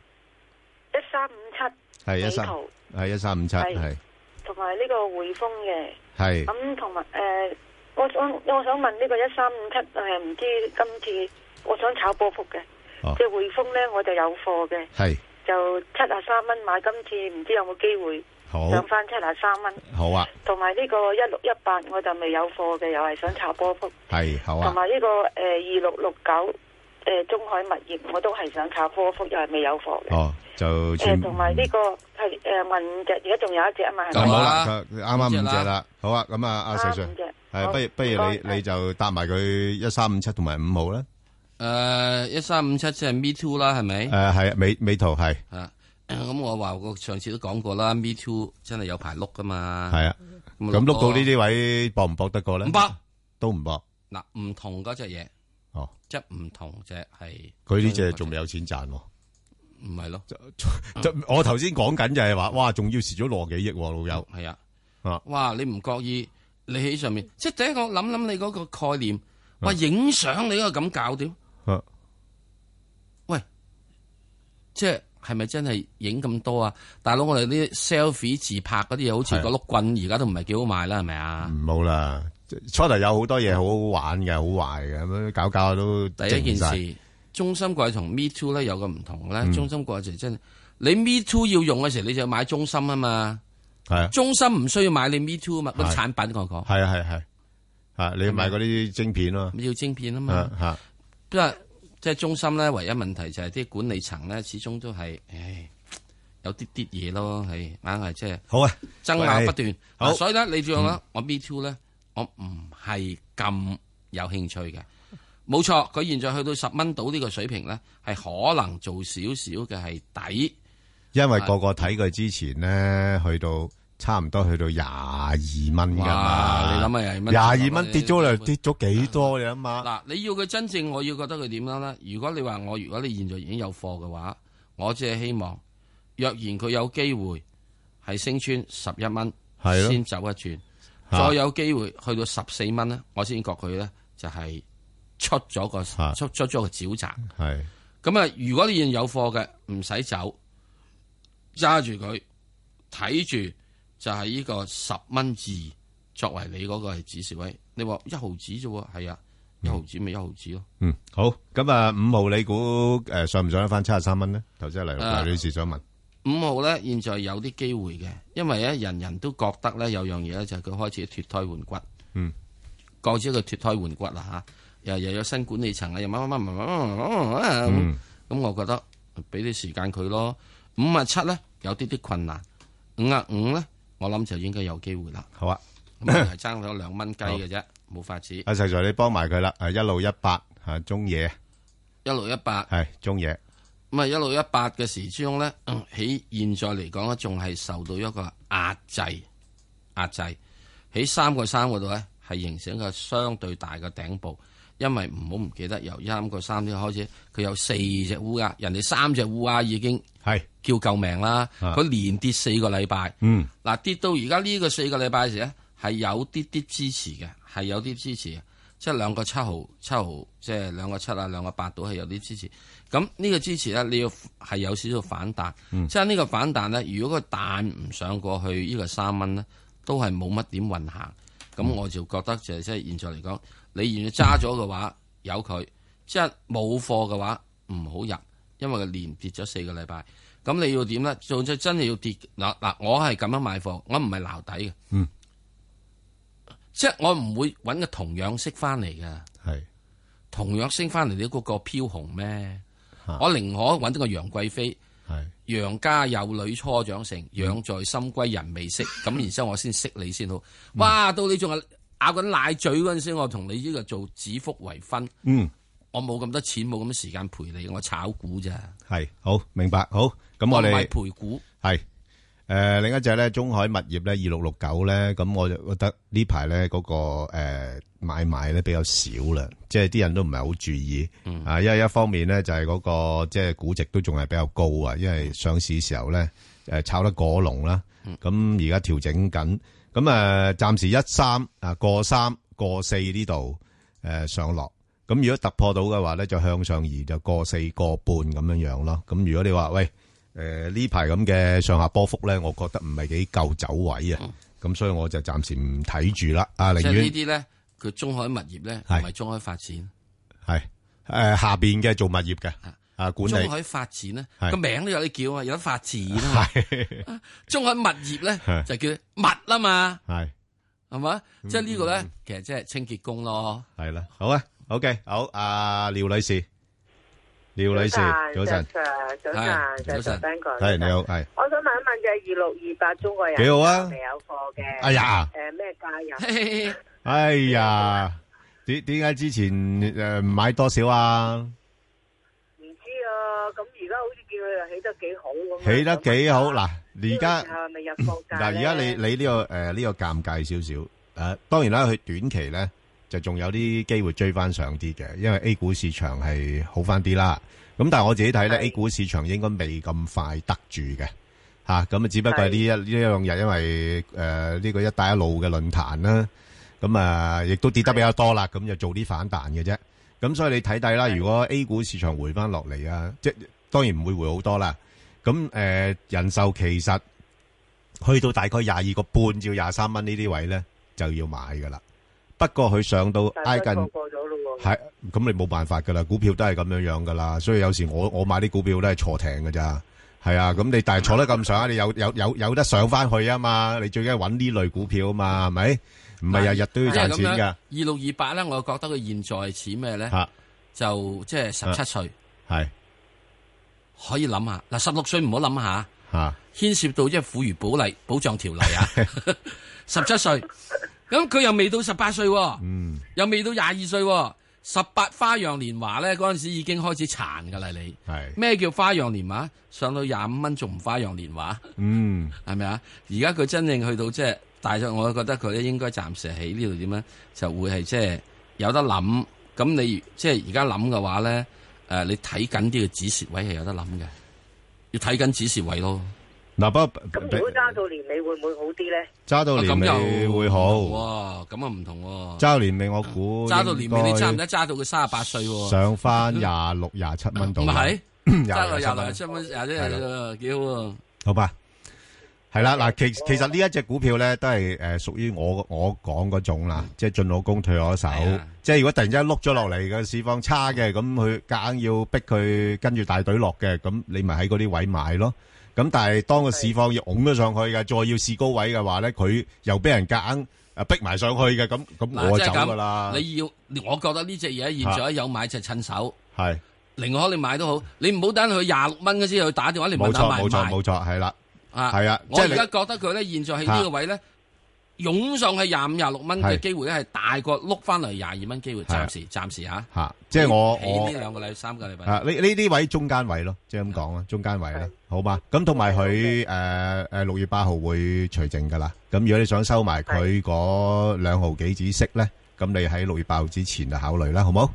Speaker 4: 誒。一三五七
Speaker 3: 係一
Speaker 4: 美
Speaker 3: 三，
Speaker 4: 圖
Speaker 3: 係一三五七，
Speaker 4: 係
Speaker 3: 係
Speaker 4: 同埋呢個匯豐嘅，
Speaker 3: 係
Speaker 4: 咁同埋誒，我想我想問呢個一三五七誒，唔知今次我想炒波幅嘅
Speaker 3: 哦，
Speaker 4: 即係匯豐咧我就有貨嘅，
Speaker 3: 係
Speaker 4: 就七啊三蚊買，今次唔知有冇機會
Speaker 3: 哦好
Speaker 4: 上翻七啊三蚊，
Speaker 3: 好啊，
Speaker 4: 同埋呢個一六一八我就未有貨嘅，又係想炒波幅，
Speaker 3: 係好
Speaker 4: 同
Speaker 3: 啊，
Speaker 4: 埋呢個誒二六六九誒中海物業我都係想炒波幅，又係未有貨嘅。
Speaker 3: 哦就全
Speaker 4: 誒，同埋呢個係誒問隻，而家仲有一隻啊嘛，係
Speaker 3: 咁
Speaker 4: 咪
Speaker 2: 咁
Speaker 3: 好
Speaker 2: 啊
Speaker 3: 啦，佢佢啱啱五隻
Speaker 2: 五隻
Speaker 3: 啦，好啊，咁啊，阿石
Speaker 4: 啱
Speaker 3: Sir
Speaker 4: 五隻。
Speaker 3: 係，
Speaker 4: 好
Speaker 3: 不如不如
Speaker 4: 唔
Speaker 3: 你
Speaker 4: 該
Speaker 3: 你就答埋佢一三五七同埋五號啦。
Speaker 2: 誒，一三五七即係 Me Too 啦，係咪？
Speaker 3: 诶，系美美图系系
Speaker 2: 啊， 咁我話我上次都講過啦，Me Too 真係有排碌噶嘛。
Speaker 3: 啊，咁碌到呢啲位搏唔搏得過咧？
Speaker 2: 唔搏
Speaker 3: 都唔搏。
Speaker 2: 嗱，唔同嗰只嘢，
Speaker 3: 哦，
Speaker 2: 即係唔同只係
Speaker 3: 佢呢只仲未有錢賺喎。
Speaker 2: 唔係咯？
Speaker 3: 就我頭先講緊就係話，哇，仲要蝕咗六十幾億喎，老友。
Speaker 2: 係啊
Speaker 3: 啊，
Speaker 2: 哇！你唔覺意你喺上面，即係第一個諗諗你嗰個概念，話影相你嗰個咁搞掂，
Speaker 3: 啊
Speaker 2: 喂，即係係咪真係影咁多啊？大佬，我哋啲 selfie 自拍嗰啲嘢，好似
Speaker 3: 係啊
Speaker 2: 個碌棍而家都唔係幾好賣啦，係咪啊？
Speaker 3: 唔好啦，初頭有好多嘢好好玩嘅，好壞嘅，咁樣搞搞下都
Speaker 2: 第一件
Speaker 3: 靜晒。
Speaker 2: 事，中心國際同 Me Too 咧有個唔同
Speaker 3: 嗯
Speaker 2: 咧，中心國際真係你 Me Too 要用嘅時候，你就買中心啊嘛，
Speaker 3: 係啊，
Speaker 2: 中心唔需要買你 Me Too 啊嘛，嗰啲
Speaker 3: 係
Speaker 2: 產品我講
Speaker 3: 係啊，係啊係啊，你買嗰啲晶片啊
Speaker 2: 要晶片啊
Speaker 3: 嘛，
Speaker 2: 嘛
Speaker 3: 啊，吓
Speaker 2: 即係即係中心咧，唯一問題就係啲管理層咧，始終都係唉有啲啲嘢咯，係硬係即係
Speaker 3: 好啊，
Speaker 2: 爭拗不斷。
Speaker 3: 好嗯
Speaker 2: 嗱所以咧，你仲有啦，我 Me Too 咧，我唔係咁有興趣嘅。冇錯，佢現在去到十蚊到呢個水平咧，係可能做少少嘅係底。
Speaker 3: 因為個個睇佢之前咧，去到差唔多去到廿二蚊噶
Speaker 2: 哇！你諗
Speaker 3: 嘛，
Speaker 2: 下廿蚊，
Speaker 3: 啊廿二蚊跌咗嚟，跌
Speaker 2: 嗱
Speaker 3: 咗幾多你諗下？
Speaker 2: 嗱，你要佢真正，我要覺得佢點樣咧？如果你話我，如果你現在已經有貨嘅話，我只係希望，若然佢有機會係升穿十一蚊，
Speaker 3: 係咯
Speaker 2: 先走一轉，
Speaker 3: 嚇
Speaker 2: 再有機會去到十四蚊咧，我先覺佢咧就係出咗個
Speaker 3: 嚇
Speaker 2: 出出咗個沼澤。
Speaker 3: 係
Speaker 2: 咁啊，如果你現有貨嘅，唔使走，揸住佢，睇住就係呢個十蚊二作為你嗰個係指示位。你話一毫子啫喎，係啊，一毫子咪一毫子咯。
Speaker 3: 嗯，好。咁啊，五號你估诶上唔上得翻七十三蚊咧？頭先黎
Speaker 2: 啊
Speaker 3: 黎女士想問，
Speaker 2: 五號咧，現在有啲機會嘅，因為咧人人都覺得咧有樣嘢咧就係佢開始脱胎換骨。
Speaker 3: 嗯，
Speaker 2: 講咗佢脱胎換骨啦嚇，又又有新管理層啊，又乜乜乜乜乜乜乜乜乜
Speaker 3: 嗯
Speaker 2: 咁，我覺得俾啲時間佢咯。五啊七咧有啲啲困難，五啊五咧我諗就應該有機會啦。
Speaker 3: 好啊，
Speaker 2: 咁啊係爭咗兩蚊雞嘅啫，冇法子。
Speaker 3: 阿石 Sir，你幫埋佢啦，啊一路一八吓中野
Speaker 2: 一六一八，
Speaker 3: 係中野，
Speaker 2: 咁啊一六一八嘅時鐘咧，嗯喺現在嚟講咧，仲係受到一個壓制，壓制喺三個三嗰度咧，係形成一個相對大嘅頂部。因為唔好唔記得，由三個三先開始，佢有四隻烏鴉，人哋三隻烏鴉已經
Speaker 3: 係
Speaker 2: 叫救命啦。
Speaker 3: 啊
Speaker 2: 佢連跌四個禮拜，
Speaker 3: 嗯
Speaker 2: 嗱跌到而家呢個四個禮拜時咧，係有啲啲支持嘅，係有啲支持嘅，即係兩個七毫七毫，即係兩個七啊，兩個八度係有啲支持。咁呢個支持咧，你要係有少少反彈，即係呢個反彈咧，如果佢彈唔上過去呢個三蚊咧，都係冇乜點運行。咁我就覺得就係即係現在嚟講，你現在揸咗嘅話，有佢；即係冇貨嘅話，唔好入，因為佢連跌咗四個禮拜。咁你要點咧？做真真係要跌嗱嗱，我係咁樣買貨，我唔係撈底嘅。
Speaker 3: 嗯，
Speaker 2: 即係我唔會揾個同樣息翻嚟嘅，
Speaker 3: 係
Speaker 2: 同樣升翻嚟你嗰個飄紅咩？
Speaker 3: 啊
Speaker 2: 我寧可揾到個楊貴妃。
Speaker 3: 係
Speaker 2: 楊家有女初長成，
Speaker 3: 嗯
Speaker 2: 養在深閨人未識。咁然之後我先識你先好。哇，到你仲係咬緊奶嘴嗰陣時，我同你呢個做指腹為婚。
Speaker 3: 嗯
Speaker 2: 我冇咁多錢，冇咁多時間陪你，我炒股咋？
Speaker 3: 係好明白好，咁
Speaker 2: 我
Speaker 3: 我
Speaker 2: 唔係
Speaker 3: 哋。
Speaker 2: 陪股，
Speaker 3: 系诶、誒另一隻咧中海物業咧二六六九咧，咁我就覺得呢排咧嗰個诶、買賣咧比較少啦，即係啲人都唔係好注意、啊，因為一方面咧就係嗰、個即係估值都仲係比較高啊，因為上市時候咧诶、誒炒得過龍啦，咁而家調整緊，咁诶暫時一三啊過三過四呢度诶上落。咁如果突破到嘅話咧，就向上移就過四個半咁樣樣咯。咁如果你話喂，誒呢排咁嘅上下波幅咧，我覺得唔係幾夠走位啊，咁、所以我就暫時唔睇住啦。啊，
Speaker 2: 即
Speaker 3: 寧
Speaker 2: 係呢
Speaker 3: 願
Speaker 2: 啲咧，佢中海物業咧，唔
Speaker 3: 係
Speaker 2: 係中海發展。
Speaker 3: 係誒下邊嘅做物業嘅啊管
Speaker 2: 中
Speaker 3: 理
Speaker 2: 海發展咧，
Speaker 3: 係
Speaker 2: 個名都有你叫啊，有得發展 啊嘛。
Speaker 3: 係
Speaker 2: 中海物業咧
Speaker 3: 係嗯
Speaker 2: 就叫物啊嘛，
Speaker 3: 係
Speaker 2: 係嘛？即係呢個咧，其實即係清潔工咯。
Speaker 3: 係啦，好啊，OK，好，啊、廖女士，廖女士，早晨，
Speaker 5: 早
Speaker 2: 係
Speaker 5: 晨，
Speaker 2: 早晨
Speaker 5: 早晨，Ben 哥，
Speaker 3: 係你好，係
Speaker 5: 我想問一問就係二六二八中國人
Speaker 3: 幾好啊
Speaker 5: 未有貨嘅？
Speaker 3: 哎呀，
Speaker 5: 誒咩價 入？
Speaker 2: 嘿嘿嘿
Speaker 3: 哎呀，點點解之前誒唔買多少啊？
Speaker 5: 唔知啊，咁而家好似見佢又起得幾好咁。
Speaker 3: 起得幾好嗱，而家
Speaker 5: 係咪入貨價
Speaker 3: 嗱，而家你
Speaker 5: 咧
Speaker 3: 你呢個誒呢個尷尬少少誒，當然啦，佢短期咧就仲有啲機會追翻上啲嘅，因為 A 股市場係好翻啲啦。咁但係我自己睇咧
Speaker 5: 係
Speaker 3: ，A 股市場應該未咁快得住嘅嚇，咁啊只不過係呢一呢一兩日因為誒呢個一帶一路嘅論壇啦，咁啊亦都跌得比較多啦，咁就做啲反彈嘅啫。咁所以你睇睇啦，如果 A 股市場回翻落嚟啊，即當然唔會回好多啦。咁誒、呃人壽其實去到大概廿二個半至廿三蚊呢啲位咧，就要買噶啦。不過佢上到
Speaker 5: 但
Speaker 3: 挨
Speaker 5: 係
Speaker 3: 近
Speaker 5: 錯過咗咯喎。
Speaker 3: 係，咁你冇辦法噶啦，股票都係咁樣樣噶啦。所以有時我我買啲股票都係坐艇噶咋。係啊，咁你但係坐得咁上下，你有有有有得上翻去啊嘛？你最緊要揾呢類股票啊嘛，係咪？唔係日日 都要
Speaker 2: 即係
Speaker 3: 賺
Speaker 2: 咁
Speaker 3: 錢
Speaker 2: 樣，
Speaker 3: 㗎
Speaker 2: 二六二八咧，我覺得佢現在似咩咧？
Speaker 3: 嚇，
Speaker 2: 就即係十七歲
Speaker 3: 係
Speaker 2: 可以諗下。嗱，十六歲唔好諗下，
Speaker 3: 嚇
Speaker 2: 牽涉到即係婦孺保例保障條例 啊。十七歲，咁佢又未到十八歲喎，
Speaker 3: 嗯
Speaker 2: 又未到廿二歲喎。十八花樣年華咧，嗰陣時已經開始殘㗎啦，你。
Speaker 3: 係
Speaker 2: 咩叫花樣年華？上到廿五蚊仲唔花樣年華？
Speaker 3: 嗯
Speaker 2: 係咪啊？而家佢真正去到即係大咗，我覺得佢咧應該暫時喺呢度點咧，就會係即係有得諗。咁你即係而家諗嘅話咧，誒、你睇緊啲嘅止蝕位係有得諗嘅，要睇緊止蝕位咯。
Speaker 3: 嗱，不過
Speaker 5: 咁如果揸到年尾會唔會好啲咧？
Speaker 3: 揸到
Speaker 2: 啊
Speaker 3: 年
Speaker 2: 咁
Speaker 3: 尾
Speaker 2: 又
Speaker 3: 會好，
Speaker 2: 哇！咁啊唔同喎，
Speaker 3: 揸到年尾我估
Speaker 2: 揸到年尾你揸唔
Speaker 3: 應
Speaker 2: 得？揸到佢三十八歲
Speaker 3: 該
Speaker 2: 喎，
Speaker 3: 上翻廿六廿七蚊
Speaker 2: 唔
Speaker 3: 度，
Speaker 2: 係
Speaker 3: 廿
Speaker 2: 揸到
Speaker 3: 六
Speaker 2: 廿六
Speaker 3: 蚊
Speaker 2: 七蚊廿一
Speaker 3: 係
Speaker 2: 廿六呃幾好啊喎。
Speaker 3: 好吧，系啦，嗱，其其实呢一只股票咧，都系诶属于我我讲嗰種啦，即係進老公退我手
Speaker 2: 係啊，
Speaker 3: 即係如果突然之間碌咗落嚟個市況差嘅，咁佢夾硬要逼佢跟住大隊落嘅，咁你咪喺嗰啲位買咯。咁但係當個市況要拱咗上去嘅，再要試高位嘅話咧，佢又俾人夾硬诶逼埋上去嘅，咁咁
Speaker 2: 嗱，
Speaker 3: 我
Speaker 2: 即係
Speaker 3: 走噶啦
Speaker 2: 咁，，你要，我覺得呢只嘢現在有買就趁手。
Speaker 3: 係
Speaker 2: 寧可你買都好，你唔好等佢廿六蚊嗰先去打電話嚟
Speaker 3: 冇
Speaker 2: 問下
Speaker 3: 錯
Speaker 2: 賣
Speaker 3: 冇
Speaker 2: 唔
Speaker 3: 錯
Speaker 2: 賣
Speaker 3: 冇錯，係啦，
Speaker 2: 啊！
Speaker 3: 係啊
Speaker 2: 我
Speaker 3: 即係
Speaker 2: 而
Speaker 3: 你
Speaker 2: 家覺得佢咧，現在喺呢個位咧，涌上去廿五、廿六蚊嘅
Speaker 3: 係
Speaker 2: 機會咧，係大過碌翻嚟廿二蚊機會。
Speaker 3: 係啊
Speaker 2: 暫時，暫時嚇，
Speaker 3: 吓，即係我
Speaker 2: 起
Speaker 3: 我
Speaker 2: 呢。兩個禮三個禮拜。
Speaker 3: 啊，呢-呢-呢位中間位咯，即係咁講啦，中間位啦，好嘛？咁同埋佢，誒，誒，6月8號會除淨㗎啦，咁如果你想收埋佢嗰兩毫幾紙息呢，咁你喺6月8號之前就考慮啦，好冇？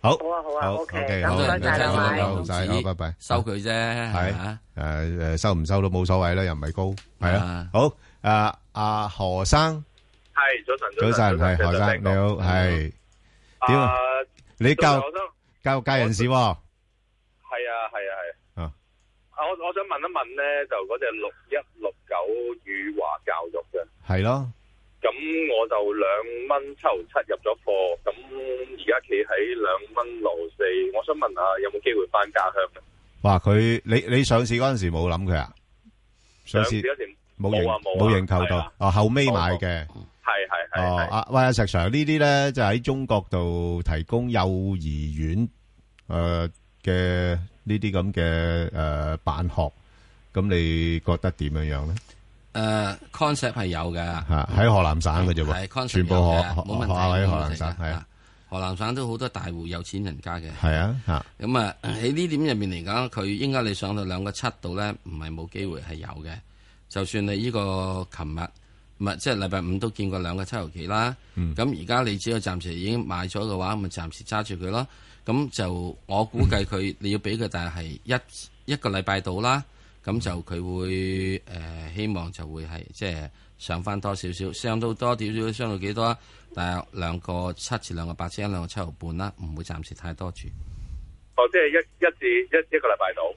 Speaker 3: 好，
Speaker 5: 好啊，好啊，
Speaker 3: 好，
Speaker 5: OK，
Speaker 3: OK，
Speaker 5: 咁
Speaker 3: 好，
Speaker 5: 多謝
Speaker 2: 多謝
Speaker 5: 兩
Speaker 2: 兩
Speaker 5: 位
Speaker 2: 毫
Speaker 3: 好，好，
Speaker 2: 紙
Speaker 3: 好，拜拜。
Speaker 2: 收佢啫，係嘛
Speaker 3: 誒，誒，收唔收都冇所謂啦，又唔係高，係啊，
Speaker 2: 啊。
Speaker 3: 好，誒，阿何生，
Speaker 6: 系早晨，
Speaker 3: 早晨，係，
Speaker 6: 早晨
Speaker 3: 何生，
Speaker 6: 早晨
Speaker 3: 你好，係，點啊
Speaker 6: 啊？
Speaker 3: 你
Speaker 6: 教
Speaker 3: 教-
Speaker 6: 我想
Speaker 3: 教界人士喎，
Speaker 6: 系啊，系啊，系
Speaker 3: 啊
Speaker 6: 啊。啊，我我想問一問咧，就嗰只六一六九宇華教育嘅，
Speaker 3: 係咯，
Speaker 6: 咁我就兩蚊七毫七入咗貨，咁而家企喺兩蚊六四，我想問下有冇機會翻家鄉嘅？
Speaker 3: 哇！佢你你上市嗰阵时冇諗佢啊？上市
Speaker 6: 上市嗰時
Speaker 3: 冇認
Speaker 6: 冇啊冇啊
Speaker 3: 冇認購
Speaker 6: 係
Speaker 3: 到
Speaker 6: 啊，
Speaker 3: 哦後尾買嘅。
Speaker 6: 係係
Speaker 3: 哦，
Speaker 6: 係係
Speaker 3: 啊喂，阿石 Sir 呢啲咧就喺中國度提供幼兒園诶嘅呢啲咁嘅诶辦學，咁你覺得點樣樣咧？
Speaker 2: 誒呃 concept 係有嘅。
Speaker 3: 吓喺河南省嘅啫
Speaker 2: 係
Speaker 3: 喎，
Speaker 2: concept
Speaker 3: 全部
Speaker 2: 有
Speaker 3: 河
Speaker 2: 嘅
Speaker 3: 河
Speaker 2: 冇
Speaker 3: 河
Speaker 2: 問題
Speaker 3: 喺
Speaker 2: 冇
Speaker 3: 河
Speaker 2: 問
Speaker 3: 南
Speaker 2: 題
Speaker 3: 省，係
Speaker 2: 啊
Speaker 3: 啊
Speaker 2: 河南省都好多大户有錢人家嘅。
Speaker 3: 係啊吓
Speaker 2: 咁啊喺呢點入面嚟講，佢應該你上到兩個七度咧，唔係冇機會係有嘅。就算你呢個琴日唔係即係禮拜五都見過兩個七毫幾啦。咁而家你只要暫時已經買咗嘅話，咪暫時揸住佢咯。咁就我估計佢你要俾佢，但係一一個禮拜到啦。咁就佢會誒、呃希望就會係即係上翻多少少，上到多少少，上到幾多啊？但係兩個七至兩個八千，兩個七毫半啦，唔會暫時太多住。
Speaker 6: 哦，即係一一至一一個禮拜到。
Speaker 2: 我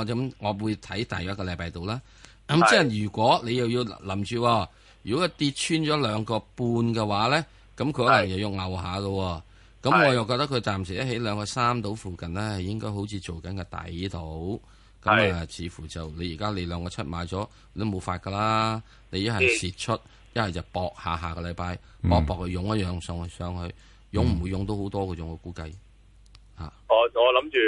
Speaker 2: 哦咁我會睇大約一個禮拜到啦。咁即係如果你又要諗住喎，如果跌穿咗兩個半嘅話咧，咁佢可能又要拗下嘅喎。咁
Speaker 6: 係
Speaker 2: 我又覺得佢暫時一起兩個三度附近咧，係應該好似做緊個底度。咁
Speaker 6: 係
Speaker 2: 啊，似乎就你而家你兩個七買咗，你都冇法噶啦。你
Speaker 6: 嗯
Speaker 2: 一係蝕出，一係就搏下下個禮拜搏搏佢湧一湧上去上去，湧唔會湧到好多嘅，用我估計。
Speaker 6: 我我諗住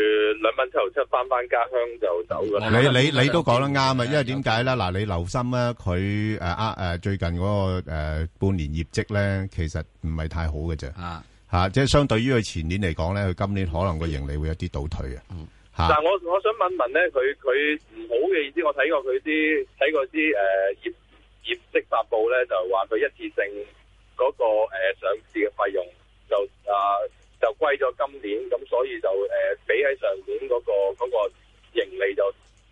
Speaker 6: 兩蚊七毫七翻翻家鄉就走㗎啦。
Speaker 2: 我覺得
Speaker 3: 你你
Speaker 2: 呢個
Speaker 3: 你都講得啱
Speaker 2: 有機
Speaker 3: 啊，
Speaker 2: 會嘅
Speaker 3: 因為點解咧？嗱，你留心咧，佢誒呃誒最近嗰個誒半年業績咧，其實唔係太好嘅啫
Speaker 2: 啊，
Speaker 3: 嚇，即係相對於佢前年嚟講咧，佢今年可能個盈利會有啲倒退啊
Speaker 2: 嗯
Speaker 3: 嚇
Speaker 6: 但係我我想問問咧，佢佢唔好嘅意思，我睇過佢啲睇過啲誒、呃、業業績發布咧，就話佢一次性嗰、個、呃、上市嘅費用就啊、就歸咗今年，咁所以就誒、呃比喺上年嗰、個嗰、個盈利就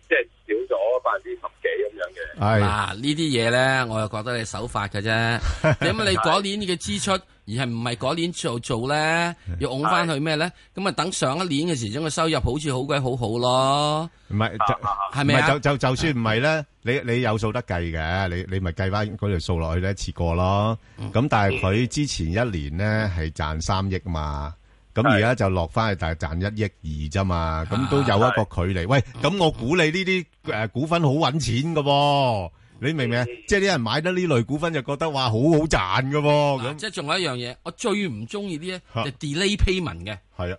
Speaker 6: 即係少咗百分之十幾咁樣嘅。
Speaker 3: 係
Speaker 2: 嗱呢啲嘢咧，我又覺得你手法 嘅啫。點解你嗰年嘅支出，而係唔係嗰年做做咧？要拱翻去咩咧？咁啊，等上一年嘅時鐘嘅收入好似好鬼好好咯，
Speaker 3: 唔係就
Speaker 2: 係
Speaker 3: 唔
Speaker 2: 咪
Speaker 3: 係就
Speaker 2: 啊？
Speaker 3: 就就算唔係咧，你你有數得計嘅，你你咪計翻嗰條數落去咧，一次過咯。咁但係佢之前一年咧係賺三億嘛，咁
Speaker 6: 係
Speaker 3: 而家就落翻去但係賺一億二啫嘛，咁都有一個距離。喂，咁我估你呢啲誒股份好揾錢嘅喎，你明唔明啊？即係啲人買得呢類股份就覺得哇好好賺嘅喎，
Speaker 2: 嗱
Speaker 3: 咁
Speaker 2: 即係仲有一樣嘢，我最唔中意啲咧
Speaker 3: 嚇
Speaker 2: 就 delay payment 嘅。
Speaker 3: 係啊，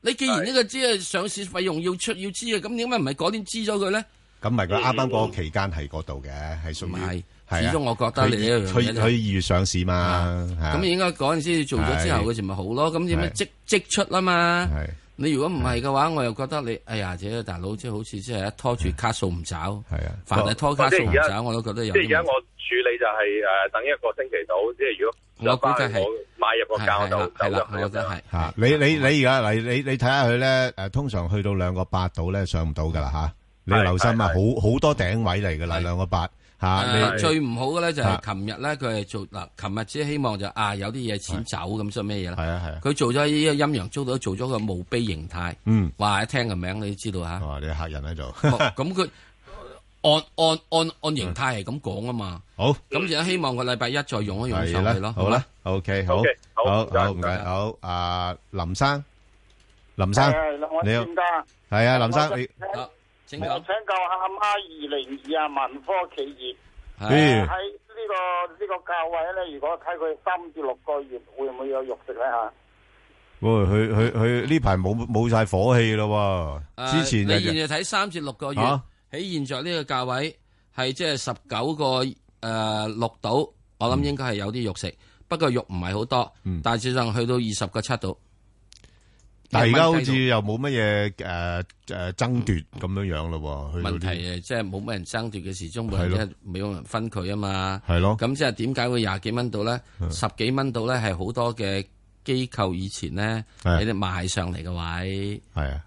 Speaker 2: 你既然呢個只係上市費用要出要知嘅，咁點解唔係嗰年知咗佢咧？
Speaker 3: 咁咪佢啱啱嗰個期間係嗰度嘅，係屬
Speaker 2: 唔係
Speaker 3: 於，
Speaker 2: 始
Speaker 3: 係啊
Speaker 2: 終我覺得
Speaker 3: 佢
Speaker 2: 你呢
Speaker 3: 二
Speaker 2: 樣
Speaker 3: 佢
Speaker 2: 嘢
Speaker 3: 佢
Speaker 2: 呢
Speaker 3: 二月上市嘛
Speaker 2: 啊，
Speaker 3: 係啊
Speaker 2: 咁應該嗰陣時做咗之後嗰時咪好咯。咁點解
Speaker 3: 係
Speaker 2: 即即出啦嘛？
Speaker 3: 係。
Speaker 2: 你如果唔係嘅話，我又覺得你，哎呀，這大佬即係好似即係一拖住卡數唔找，
Speaker 3: 係啊
Speaker 2: 凡係拖卡數唔
Speaker 6: 哦即係
Speaker 2: 找，
Speaker 6: 而家
Speaker 2: 我都覺得有
Speaker 6: 即
Speaker 2: 啲
Speaker 6: 係而
Speaker 2: 問
Speaker 6: 家
Speaker 2: 題。
Speaker 6: 我處理就係、呃等一個星期到，即係如果
Speaker 2: 我估計係
Speaker 6: 我買入個價
Speaker 2: 係
Speaker 6: 就
Speaker 2: 啦，
Speaker 6: 走
Speaker 2: 係啦，
Speaker 6: 入
Speaker 2: 我覺
Speaker 6: 去咁
Speaker 2: 得
Speaker 6: 樣
Speaker 2: 係。
Speaker 3: 吓，你你你而家嗱，你你睇下佢咧，诶，通常去到兩個八度咧上唔到噶啦吓，你要留心啊，好好多頂位嚟噶啦，
Speaker 2: 係
Speaker 3: 兩個八吓，
Speaker 2: 誒
Speaker 3: 你
Speaker 2: 呃最唔好嘅咧就
Speaker 6: 啊
Speaker 2: 係琴日咧，佢係做嗱，琴日只希望就啊有啲嘢錢走咁，所以咩嘢
Speaker 3: 係
Speaker 2: 咧？
Speaker 3: 啊係啊，
Speaker 2: 佢做咗呢個陰陽租到，做咗個墓碑形態。
Speaker 3: 嗯，
Speaker 2: 哇！一聽個名你都知道嚇。哦
Speaker 3: 哇，你客人喺度，
Speaker 2: 咁佢按按按按形態係咁講啊嘛。
Speaker 3: 好
Speaker 6: 嗯
Speaker 2: 咁就希望個禮拜一再用一用
Speaker 3: 係
Speaker 2: 上去
Speaker 3: 啦
Speaker 2: 咯，，
Speaker 3: 好啦，OK，好
Speaker 6: OK，，好
Speaker 3: 好，
Speaker 6: 唔該
Speaker 3: 好，唔該，
Speaker 6: 唔該
Speaker 3: 好，阿林生，林生，
Speaker 7: 哎我
Speaker 3: 你好
Speaker 7: 專家，
Speaker 3: 係啊，林
Speaker 7: 我
Speaker 3: 生，
Speaker 7: 想
Speaker 3: 你
Speaker 2: 好。請
Speaker 7: 我
Speaker 2: 講
Speaker 7: 請。教下阿媽二零二啊文科企業
Speaker 2: 係
Speaker 3: 咦
Speaker 7: 喺呢、個呢、個價位咧，如果睇佢三至六個月，會唔會有肉食咧嚇？
Speaker 3: 喂，佢佢佢呢排冇冇晒火氣咯喎，
Speaker 2: 誒
Speaker 3: 之前
Speaker 2: 你
Speaker 3: 就
Speaker 2: 現在睇三至六個月
Speaker 3: 啊
Speaker 2: 喺現在呢個價位係即係十九個诶六度，我諗應該係有啲肉食，不過肉唔係好多，
Speaker 3: 嗯
Speaker 2: 大致上去到二十個七度。
Speaker 3: 但係
Speaker 2: 一蚊
Speaker 3: 而家好
Speaker 2: 雞
Speaker 3: 似又冇乜嘢诶诶爭奪咁樣樣咯喎，去到
Speaker 2: 問
Speaker 3: 啲
Speaker 2: 題誒，即係冇乜人爭奪嘅時鐘，冇
Speaker 3: 係咯
Speaker 2: 人冇人分佢啊嘛。
Speaker 3: 係咯嗯
Speaker 2: 咁即係點解會廿幾蚊到咧？十幾蚊到咧係好多嘅機構以前咧
Speaker 3: 係
Speaker 2: 喺度賣上嚟嘅位，
Speaker 3: 係啊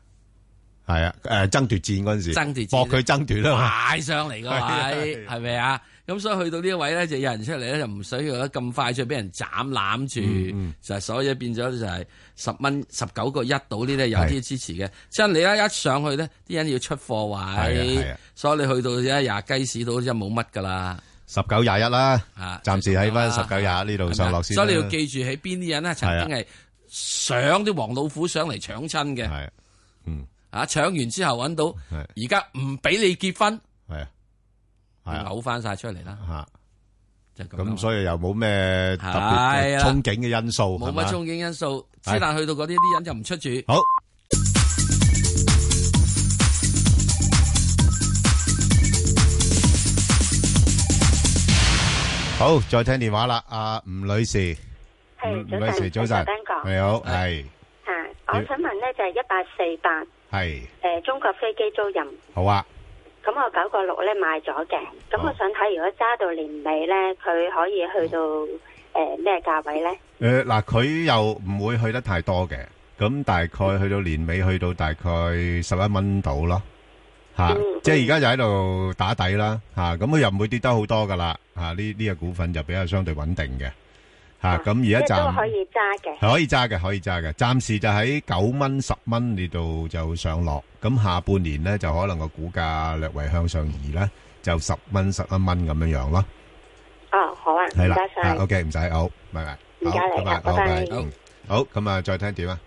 Speaker 3: 係啊诶争夺战嗰阵时，
Speaker 2: 爭奪戰
Speaker 3: 搏佢爭奪啦嘛，
Speaker 2: 賣上嚟嘅位
Speaker 3: 係啊
Speaker 2: 係咪啊？咁所以去到呢個位咧，就有人出嚟咧，就唔需要咁快就俾人斬攬
Speaker 3: 嗯
Speaker 2: 住，就係所以變咗就係十蚊十九個一到呢啲有啲支持嘅。即係你一一上去咧，啲人要出貨
Speaker 3: 係啊係
Speaker 2: 位
Speaker 3: 啊，
Speaker 2: 所以你去到一廿雞市到真係冇乜㗎啦。
Speaker 3: 十九廿一啦，
Speaker 2: 啊，
Speaker 3: 暫時喺翻
Speaker 2: 就
Speaker 3: 十
Speaker 2: 咁
Speaker 3: 九
Speaker 2: 啦
Speaker 3: 廿一呢度
Speaker 2: 係咪啊
Speaker 3: 上落先啦，啊
Speaker 2: 所以你要記住喺邊啲人咧，曾經係上啲黃老虎上嚟搶親嘅，
Speaker 3: 係
Speaker 2: 啊搶完之後揾到，
Speaker 3: 係
Speaker 2: 而家唔俾你結婚，
Speaker 3: 係啊係啊
Speaker 2: 扭翻晒出嚟啦，
Speaker 3: 吓。
Speaker 2: 就咁樣啦。
Speaker 3: 咁所以又冇咩特別
Speaker 2: 係
Speaker 3: 嘅
Speaker 2: 啦
Speaker 3: 憧憬嘅因素，
Speaker 2: 冇
Speaker 3: 係嘛
Speaker 2: 乜中景因素，
Speaker 3: 係
Speaker 2: 之但去到嗰啲啲人就唔出住。
Speaker 3: 好。好，再聽電話啦，阿吳女士，吳
Speaker 8: 系
Speaker 3: 吳女士，早晨，你好，係
Speaker 8: 啊，我想问咧就系一八四八，
Speaker 3: 係
Speaker 8: 诶，中国飞机租赁，
Speaker 3: 好啊，
Speaker 8: 咁我九个六咧买咗嘅，咁
Speaker 3: 哦
Speaker 8: 我想睇如果揸到年尾咧，佢可以去到诶咩价位咧？
Speaker 3: 誒嗱，佢又唔會去得太多嘅，咁大概去到年尾去到大概十一蚊度咯，嚇
Speaker 8: 嗯，
Speaker 3: 即係而家就喺度打底啦，嚇，咁佢又唔會跌得好多噶啦，嚇，呢呢個股份就比較相對穩定嘅，嚇，咁而
Speaker 8: 即
Speaker 3: 家
Speaker 8: 係都
Speaker 3: 暫
Speaker 8: 可以揸嘅。
Speaker 3: 可以揸嘅，可以揸嘅。暫時就喺九蚊、十蚊呢度就上落。咁下半年呢，就可能個股價略為向上移啦，就十蚊、十一蚊咁樣樣咯。
Speaker 8: 哦，好啊，唔
Speaker 3: 係啦
Speaker 8: 该晒
Speaker 3: 啊。，OK，唔使，好，拜拜。
Speaker 8: 唔該
Speaker 3: 好拜
Speaker 8: 你啊
Speaker 3: 拜好
Speaker 8: 拜拜
Speaker 3: 拜嗯好，咁啊，再聽點啊？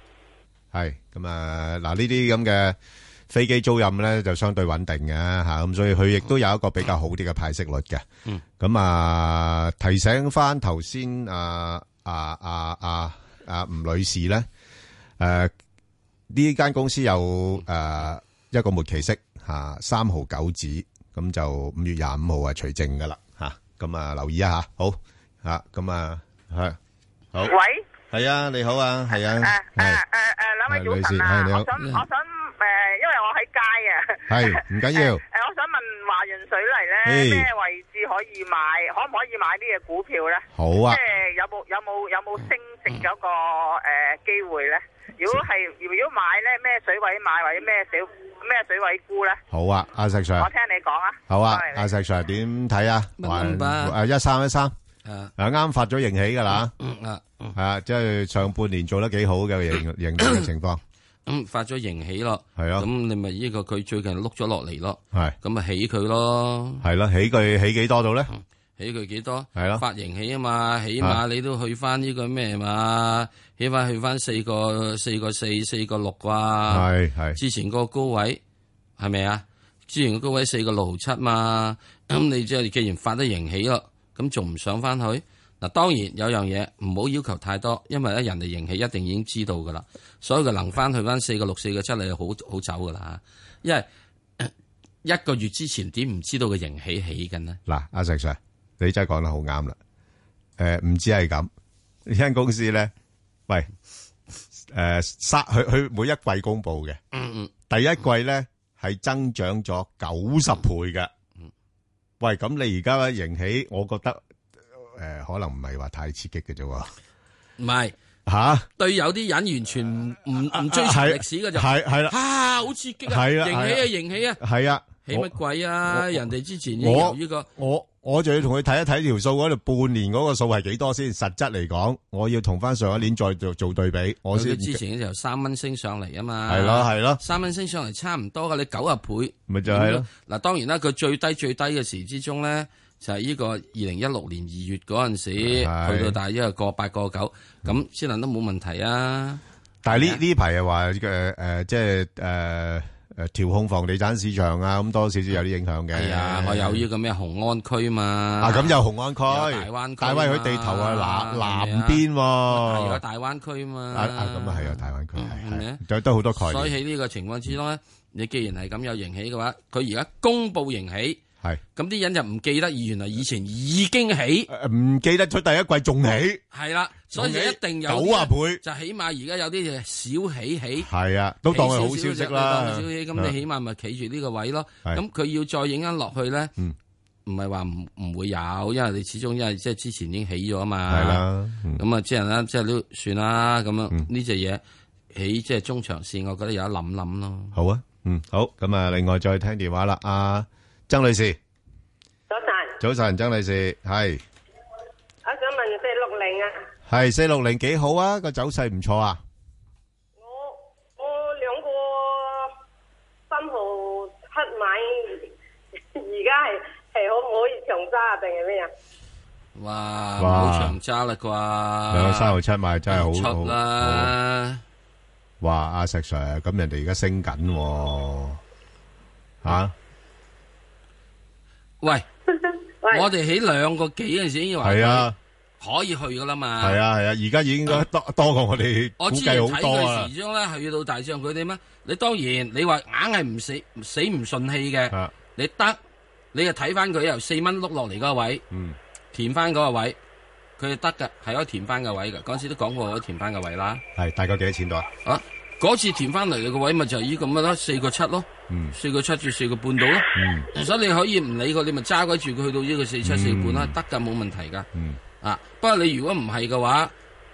Speaker 3: 係咁啊，嗱呢啲咁嘅飛機租賃咧就相對穩定嘅嚇，咁所以佢亦都有一個比較好啲嘅派息率嘅。
Speaker 2: 嗯，
Speaker 3: 咁啊提醒翻頭先啊啊啊啊啊吳女士咧，誒呢間公司有誒一個末期息嚇三毫九指，咁就五月廿五號啊除證噶啦嚇，咁啊留意一下，好嚇，咁啊係好。
Speaker 5: 喂，
Speaker 3: 系啊，你好啊，系啊，
Speaker 5: 诶诶
Speaker 3: 系
Speaker 5: 诶诶，两位早
Speaker 3: 係女
Speaker 5: 晨啊，
Speaker 3: 士係你好
Speaker 5: 我想我想诶，因为我喺街啊，
Speaker 3: 系唔紧要，
Speaker 5: 诶，我想问华润水泥咧，
Speaker 3: 嗯
Speaker 5: 咩位置可以买，可唔可以买呢只股票咧？
Speaker 3: 好
Speaker 5: 即
Speaker 3: 啊，
Speaker 5: 系有冇有冇有冇升值嗰个诶机会咧？如果系如果买咧，咩水位买或者咩水咩水位沽咧？
Speaker 3: 好啊，阿石
Speaker 5: 我
Speaker 3: Sir，
Speaker 5: 听你讲啊。
Speaker 3: 好啊
Speaker 5: 多謝，你
Speaker 3: 阿石 Sir 点睇啊？
Speaker 2: 乜咁吧
Speaker 3: 诶，一三一三，
Speaker 2: 啊
Speaker 3: 啊啱發咗盈起噶啦，
Speaker 2: 嗯啊嗯
Speaker 3: 系啊，即係上半年做得幾好嘅盈盈利嘅情況，
Speaker 2: 咁發咗盈起咯，
Speaker 3: 係啊
Speaker 2: 咁你咪呢個佢最近碌咗落嚟咯，
Speaker 3: 係
Speaker 2: 咁咪起佢咯，
Speaker 3: 係啦，起佢起幾多度咧？
Speaker 2: 起佢幾多？
Speaker 3: 係咯
Speaker 2: 發盈起啊嘛，起
Speaker 3: 啊
Speaker 2: 碼你都去翻呢個咩嘛，起翻去翻四個四個四四個六啩，
Speaker 3: 係係
Speaker 2: 之前嗰個高位係咪啊？之前個高位四個六毫七嘛， 咁你即係既然發得盈起咯，咁仲唔上翻去？嗱，當然有樣嘢唔好要求太多，因為咧人哋盈起一定已經知道噶啦，所以佢能翻去翻四個六、四個七，你就好好走噶啦，因為 呃一個月之前點唔知道個盈起起緊呢？
Speaker 3: 嗱，阿石 Sir，你真係講得好啱啦，诶，唔止係咁，呢間公司咧，喂，诶，三佢佢每一季公布嘅。
Speaker 2: 嗯嗯。
Speaker 3: 第一季咧系增長咗九十倍嘅。喂，咁你而家盈起，我覺得诶、呃可能唔係話太刺激嘅啫 喎。
Speaker 2: 唔係
Speaker 3: 吓，
Speaker 2: 對有啲人完全唔唔唔追求
Speaker 3: 係
Speaker 2: 歷史嘅就
Speaker 3: 啊係係啦，
Speaker 2: 啊，好刺激啊！
Speaker 3: 係
Speaker 2: 迎
Speaker 3: 啊
Speaker 2: 起
Speaker 3: 係
Speaker 2: 啊，
Speaker 3: 啊
Speaker 2: 迎起啊，
Speaker 3: 係啊，
Speaker 2: 起乜鬼啊？
Speaker 3: 我
Speaker 2: 人哋之前已經
Speaker 3: 我
Speaker 2: 由呢個
Speaker 3: 我我就要同佢睇一睇條數嗰度半年嗰個數係幾多先，實質嚟講，我要同翻上一年再做做對比，我
Speaker 2: 佢
Speaker 3: 先
Speaker 2: 之前由三蚊升上嚟啊嘛，
Speaker 3: 係咯係咯，
Speaker 2: 三蚊升上嚟差唔多噶，你九啊倍
Speaker 3: 咪就係
Speaker 2: 點
Speaker 3: 咯
Speaker 2: 樣。嗱，當然啦，佢最低最低嘅時之中咧，就係呢個二零一六年二月嗰陣時，
Speaker 3: 係
Speaker 2: 去到大約個八個九，咁先能都冇問題啊。
Speaker 3: 但係呢-
Speaker 2: 係啊。
Speaker 3: 呢排又話，呃，呃，即係，呃，呃，調控房地產市場啊，咁多少少有啲影響嘅。
Speaker 2: 係啊，我有呢個咩紅安區嘛，
Speaker 3: 啊，咁有紅安區，
Speaker 2: 有大灣區
Speaker 3: 大灣區地頭啊，
Speaker 2: 嘛，係
Speaker 3: 南-
Speaker 2: 咪啊？
Speaker 3: 南邊喎。
Speaker 2: 係有啊大灣區嘛，
Speaker 3: 啊-啊，咁啊係啊，大灣區，
Speaker 2: 嗯，
Speaker 3: 係，係，
Speaker 2: 係咪啊？
Speaker 3: 都-都好多概念。
Speaker 2: 所以喺呢個情況之中咧，你既然係咁有盈起嘅話，佢而家公布盈起，
Speaker 3: 係。
Speaker 2: 咁啲人就唔記得，原來以前已經起，
Speaker 3: 誒，唔記得出第一季仲起，
Speaker 2: 係啦，所以就一定有
Speaker 3: 九啊
Speaker 2: 啲
Speaker 3: 倍。
Speaker 2: 就起碼而家有啲嘢小起起。
Speaker 3: 係啊，都當係好消息啦。
Speaker 2: 起少少啫你當係消息咁你起碼咪企住呢個位咯。
Speaker 3: 係
Speaker 2: 咁佢要再影緊落去咧
Speaker 3: 嗯，
Speaker 2: 唔係話唔唔會有，因為你始終因為即係之前已經起咗啊嘛。
Speaker 3: 係啦，嗯，
Speaker 2: 咁啊，即係啦，即係都算啦。咁樣
Speaker 3: 嗯
Speaker 2: 呢只嘢起即係中長線，我覺得有得諗諗咯。
Speaker 3: 啊好啊，嗯，好，咁啊，另外再聽電話啦，阿曾女士，早晨，曾女士，
Speaker 9: 早
Speaker 3: 係，
Speaker 9: 晨，我想問四六零啊，
Speaker 3: 係460幾好啊，個走勢唔錯啊，
Speaker 9: 我我兩個三號七買，而家係係可唔可以長揸定係咩啊？
Speaker 2: 哇，唔
Speaker 3: 哇
Speaker 2: 好長揸啦啩，
Speaker 3: 兩個三毫七買真係好-
Speaker 2: 出
Speaker 3: 好-
Speaker 2: 啦。
Speaker 3: 好。哇，阿石Sir，咁人哋而家升緊喎，吓？係啊，
Speaker 2: 喂，
Speaker 9: 喂
Speaker 2: 我哋喺兩個幾嗰陣時已經話
Speaker 3: 啊
Speaker 2: 可以去噶啦嘛。
Speaker 3: 係啊，係啊，而家已經多-多過我哋
Speaker 2: 我之前睇
Speaker 3: 估計好多啊。
Speaker 2: 佢時鐘咧，係去到大將佢哋咩？你當然你話硬係唔死死唔順氣
Speaker 3: 啊
Speaker 2: 嘅，你得你就睇翻佢由四蚊碌落嚟嗰個位，
Speaker 3: 啊，嗯，係。
Speaker 2: 填翻嗰個位，佢係得嘅，係可以填翻個位嘅。嗰陣時都講過可以填翻個位啦。
Speaker 3: 大概幾多錢到啊？
Speaker 2: 啊，嗰次填翻嚟嘅位咪就係依咁嘅咯，四個七咯，
Speaker 3: 嗯
Speaker 2: 四個七至四個半到咯。
Speaker 3: 嗯
Speaker 2: 所以你可以唔理佢，你咪揸鬼住佢去到呢個四七四半啦，得㗎冇問題㗎。
Speaker 3: 嗯
Speaker 2: 啊，不過你如果唔係嘅話，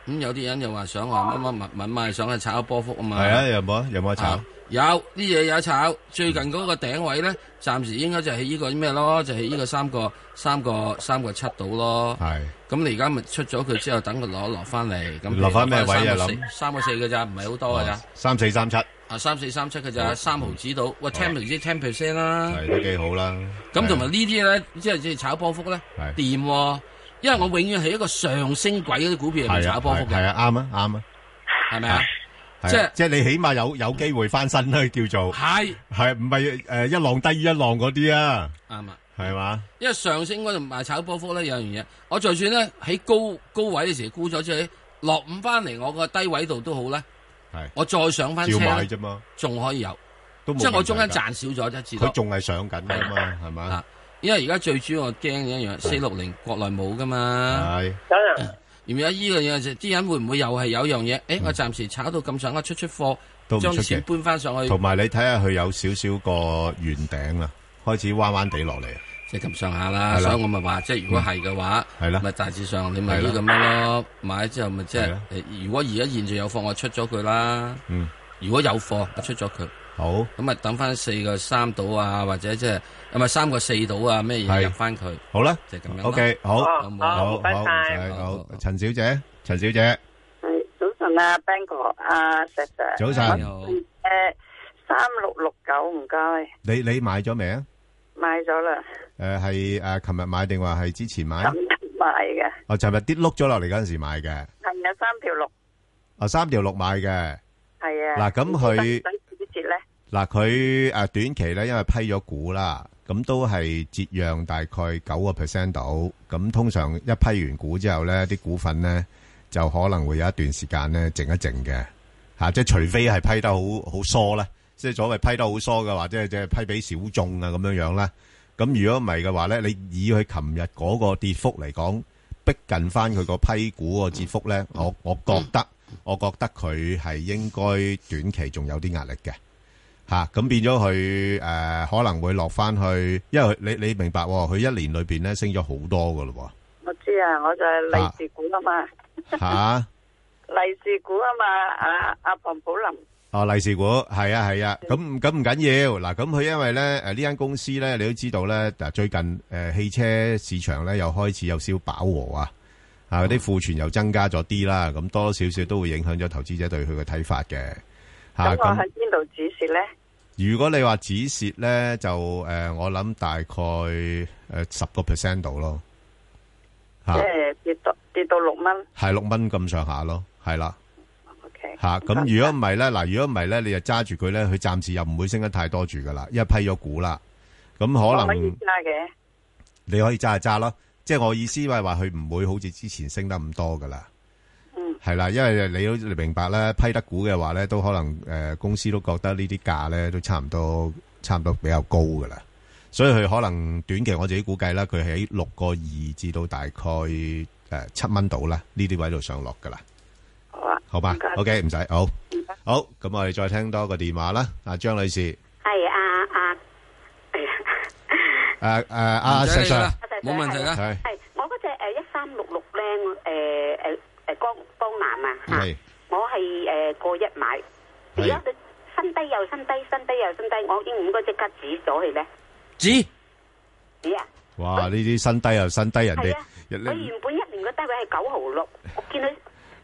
Speaker 2: 咁有啲人又話想話乜乜物物咪想去炒波幅啊嘛。
Speaker 3: 啊係啊，有冇啊有冇得炒
Speaker 2: 啊？有呢嘢有得炒，最近嗰個頂位咧，暫時應該就係呢個咩咯，就係呢個三個三個三個七度咯。
Speaker 3: 係
Speaker 2: 咁你而家咪出咗佢之後，等佢攞落翻嚟，咁
Speaker 3: 落返咩位
Speaker 2: 三個
Speaker 3: 啊
Speaker 2: 四
Speaker 3: 諗
Speaker 2: 三個四嘅咋，唔係好多嘅咋，
Speaker 3: 哦三四三七，
Speaker 2: 啊三四三七嘅
Speaker 3: 哦
Speaker 2: 咋，三毫子到，喂 ten percent ten percent 啦。
Speaker 3: 係都幾好啦。
Speaker 2: 咁同埋
Speaker 3: 係
Speaker 2: 呢啲咧，即係即係炒波幅咧，
Speaker 3: 係
Speaker 2: 掂喎。因為我永遠係一個上升軌嗰啲股票入面
Speaker 3: 係啊
Speaker 2: 炒波幅
Speaker 3: 係
Speaker 2: 嘅，
Speaker 3: 啊啱啊啱啊，
Speaker 2: 係咪啊？
Speaker 3: 係啊
Speaker 2: 即係
Speaker 3: 即係你起碼有有機會翻身啦，叫做
Speaker 2: 係
Speaker 3: 係唔係誒一浪低於一浪嗰啲啊？
Speaker 2: 啱啊！
Speaker 3: 係嘛？
Speaker 2: 因為上升嗰度賣炒波幅咧，有樣嘢，我就算咧喺高高位嘅時候沽咗之後，落五翻嚟我個低位度都好咧，
Speaker 3: 係
Speaker 2: 我再上翻
Speaker 3: 照
Speaker 2: 車
Speaker 3: 買
Speaker 2: 呢
Speaker 3: 啫嘛，
Speaker 2: 仲可以有，
Speaker 3: 都冇問題㗎。
Speaker 2: 即係我中間賺少咗一至
Speaker 3: 佢
Speaker 2: 多。
Speaker 3: 仲係上緊㗎嘛，係嘛？
Speaker 2: 啊，因為而家最主要我驚一
Speaker 3: 嗯
Speaker 2: 樣，四六零國內冇噶嘛。
Speaker 3: 係
Speaker 9: 早晨，
Speaker 2: 而家依個嘢就啲人會唔會又係有樣嘢？誒，我暫時炒到咁上下出出貨
Speaker 3: 嗯都，唔出
Speaker 2: 將
Speaker 3: 奇
Speaker 2: 錢搬翻上去
Speaker 3: 同埋你睇下佢有少少個圓頂啦，開始彎彎地落嚟。
Speaker 2: 即係咁上下啦。
Speaker 3: 係啦嗯
Speaker 2: 所以我咪話，即係如果係嘅話，
Speaker 3: 係啦
Speaker 2: 咪大致上你咪
Speaker 3: 係啦
Speaker 2: 呢咁樣咯。買之後咪即
Speaker 3: 係
Speaker 2: 係
Speaker 3: 啦
Speaker 2: 誒如果而家現在有貨，我出咗佢啦。
Speaker 3: 嗯，
Speaker 2: 如果有貨，我出咗佢，
Speaker 3: 好
Speaker 2: 咁咪等翻四個三到啊，或者即係唔係三個四到啊，咩嘢
Speaker 3: 係
Speaker 2: 入翻佢
Speaker 3: 好啦
Speaker 2: 就係咁樣啦。
Speaker 3: ，OK，好，嗯
Speaker 9: 哦
Speaker 3: 好，
Speaker 9: 好，
Speaker 2: 好
Speaker 3: 好，唔
Speaker 9: 唔
Speaker 3: 使
Speaker 9: 該晒，
Speaker 3: 好，陳小姐，陳小姐，
Speaker 9: 係早晨啊，Bang 哥，阿石 Sir，
Speaker 3: 早
Speaker 2: 你
Speaker 3: 晨，
Speaker 2: 好
Speaker 9: 誒，三六六九唔該，
Speaker 3: 你你買咗未啊？
Speaker 9: 買咗啦，
Speaker 3: 诶，系诶，呃琴日買定話係之前買？
Speaker 8: 啊
Speaker 9: 買嘅，
Speaker 3: 哦，尋日跌碌咗落嚟嗰阵时买嘅，
Speaker 9: 係啊，三條六，
Speaker 3: 哦，三條六買嘅。
Speaker 9: 係
Speaker 3: 嗱，咁佢
Speaker 9: 幾折咧？
Speaker 3: 嗱佢诶短期咧，因為批咗股啦，咁都係折讓大概九個 percent 到。咁通常一批完股之後咧，啲股份咧就可能會有一段時間咧靜一靜嘅，吓、即係除非係批得好好疏咧，即係所謂批得好疏嘅話，即係即係批俾小眾啊咁樣樣啦。咁如果唔係嘅話咧，你以佢琴日嗰個跌幅嚟講，逼近翻佢個批股個跌幅咧，我我覺得，我覺得佢係應該短期仲有啲壓力嘅。吓，咁、變咗佢诶可能會落翻去，因為佢你你明白喎，佢一年裏边咧升咗好多噶咯
Speaker 9: 我知啊，我就係利是股啊嘛，
Speaker 3: 喎，吓，
Speaker 9: 利是股啊嘛，阿阿龐寶林。
Speaker 3: 哦利是股係啊係啊，咁咁唔緊要，嗱咁佢因為咧诶呢間公司咧，你都知道咧，嗱最近诶、呃汽車市場咧又開始有少飽和啊。啊，嗰啲庫存又增加咗啲啦，咁多多少少都會影響咗投資者對佢嘅睇法嘅。吓、
Speaker 9: 咁我
Speaker 3: 咁
Speaker 9: 喺邊度指示咧？
Speaker 3: 如果你話止蝕咧，就誒、呃我諗大概誒十個 percent 度咯，
Speaker 9: 即
Speaker 8: 嗯
Speaker 3: 嚇
Speaker 9: 係跌到跌到六蚊。
Speaker 3: 係六蚊咁上下咯，係啦
Speaker 9: O K。
Speaker 3: 嚇。咁、如果唔係咧，嗱，如果唔係咧，你就揸住佢咧，佢暫時又唔會升得太多住噶啦，因為批咗股啦。咁可
Speaker 8: 哦
Speaker 9: 可以
Speaker 3: 能
Speaker 9: 揸嘅。
Speaker 3: 你可以揸就揸咯，即係我意思係話佢唔會好似之前升得咁多噶啦。
Speaker 9: 嗯，
Speaker 3: 係啦，因為你都明白啦，批得股嘅話咧，都可能誒、呃公司都覺得呢啲價咧都差唔多，差唔多比較高噶啦，所以佢可能短期我自己估計啦，佢喺六個二至到大概誒七蚊度啦，呢啲位度上落噶啦。
Speaker 4: 好啊，
Speaker 3: 好嘛
Speaker 4: 唔該
Speaker 3: ？OK，唔使，好，好，咁我哋再聽多個電話啦，阿張女士，
Speaker 8: 係啊啊，
Speaker 3: 誒誒，呃阿
Speaker 2: 唔使理佢
Speaker 3: 啊石 Sir，
Speaker 2: 啦啊冇問題啦。
Speaker 3: 係
Speaker 8: 係我嗰只誒一三六六咧，誒誒誒江江南啊嚇
Speaker 3: 係
Speaker 8: 我係誒過一買，
Speaker 3: 係
Speaker 8: 而家佢新低又新低，新低又新低，我應唔應該即刻止咗佢咧？
Speaker 2: 止
Speaker 8: 止啊！
Speaker 3: 哇！呢啲新低又新低，人哋
Speaker 8: 係啊
Speaker 3: 人
Speaker 8: 我原本一年個低位係九毫六，我見佢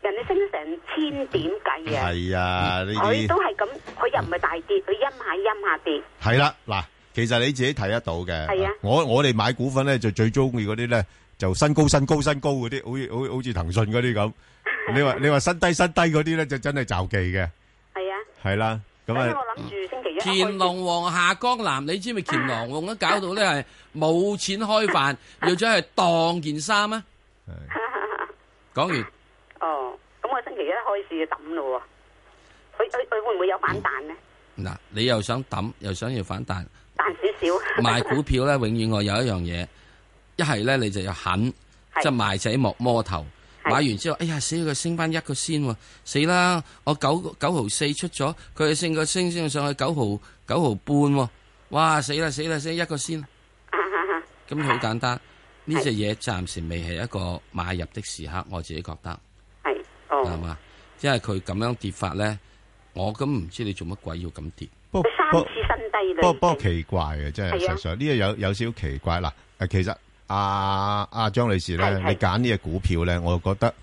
Speaker 8: 人哋升咗成千點計啊！
Speaker 3: 係啊，呢
Speaker 8: 佢
Speaker 3: 啲
Speaker 8: 都係咁，佢又唔係大跌，佢陰下陰下跌。
Speaker 3: 係啦，嗱，其實你自己睇得到嘅。
Speaker 8: 係啊
Speaker 3: 我我哋買股份咧，就最中意嗰啲咧，就新高新高新高嗰啲，好似好似好似騰訊嗰啲咁。你話你話新低新低嗰啲咧，就真係就忌嘅，
Speaker 8: 係啊，
Speaker 3: 係啦。咁
Speaker 8: 所以我
Speaker 3: 啊，
Speaker 8: 諗住星期一開始
Speaker 2: 乾隆皇下江南，你知唔知乾隆皇都搞到咧係冇錢開飯，要咗去當件衫啊！講完
Speaker 8: 哦，咁我星期一開始就抌咯喎。佢佢佢會唔會有反彈咧？
Speaker 2: 嗱，你又想抌，又想要反彈，
Speaker 8: 彈少少。
Speaker 2: 賣股票咧，永遠我有一樣嘢，一係咧你就要狠，
Speaker 8: 係
Speaker 2: 即係賣仔莫摸頭。
Speaker 8: 係
Speaker 2: 買完之後，哎呀死佢升翻一個先喎，死啦！我九九毫四出咗，佢又升個升升上去九毫九毫半喎，哇死啦死啦死一個 先，咁好簡單。呢只嘢暫時未係一個買入的時刻，我自己覺得
Speaker 8: 係
Speaker 2: 係
Speaker 8: 哦，
Speaker 2: 嘛？因為佢咁樣跌法咧，我咁唔知你做乜鬼要咁跌。
Speaker 3: 不
Speaker 8: 佢三
Speaker 3: 不
Speaker 8: 次新低啦。
Speaker 3: 不過不過奇怪嘅，真係
Speaker 8: 係
Speaker 3: 實
Speaker 8: 啊
Speaker 3: 上呢個有有少少奇怪嗱。誒，其實阿阿張女士咧，
Speaker 8: 係係
Speaker 3: 你揀呢只股票咧，我覺得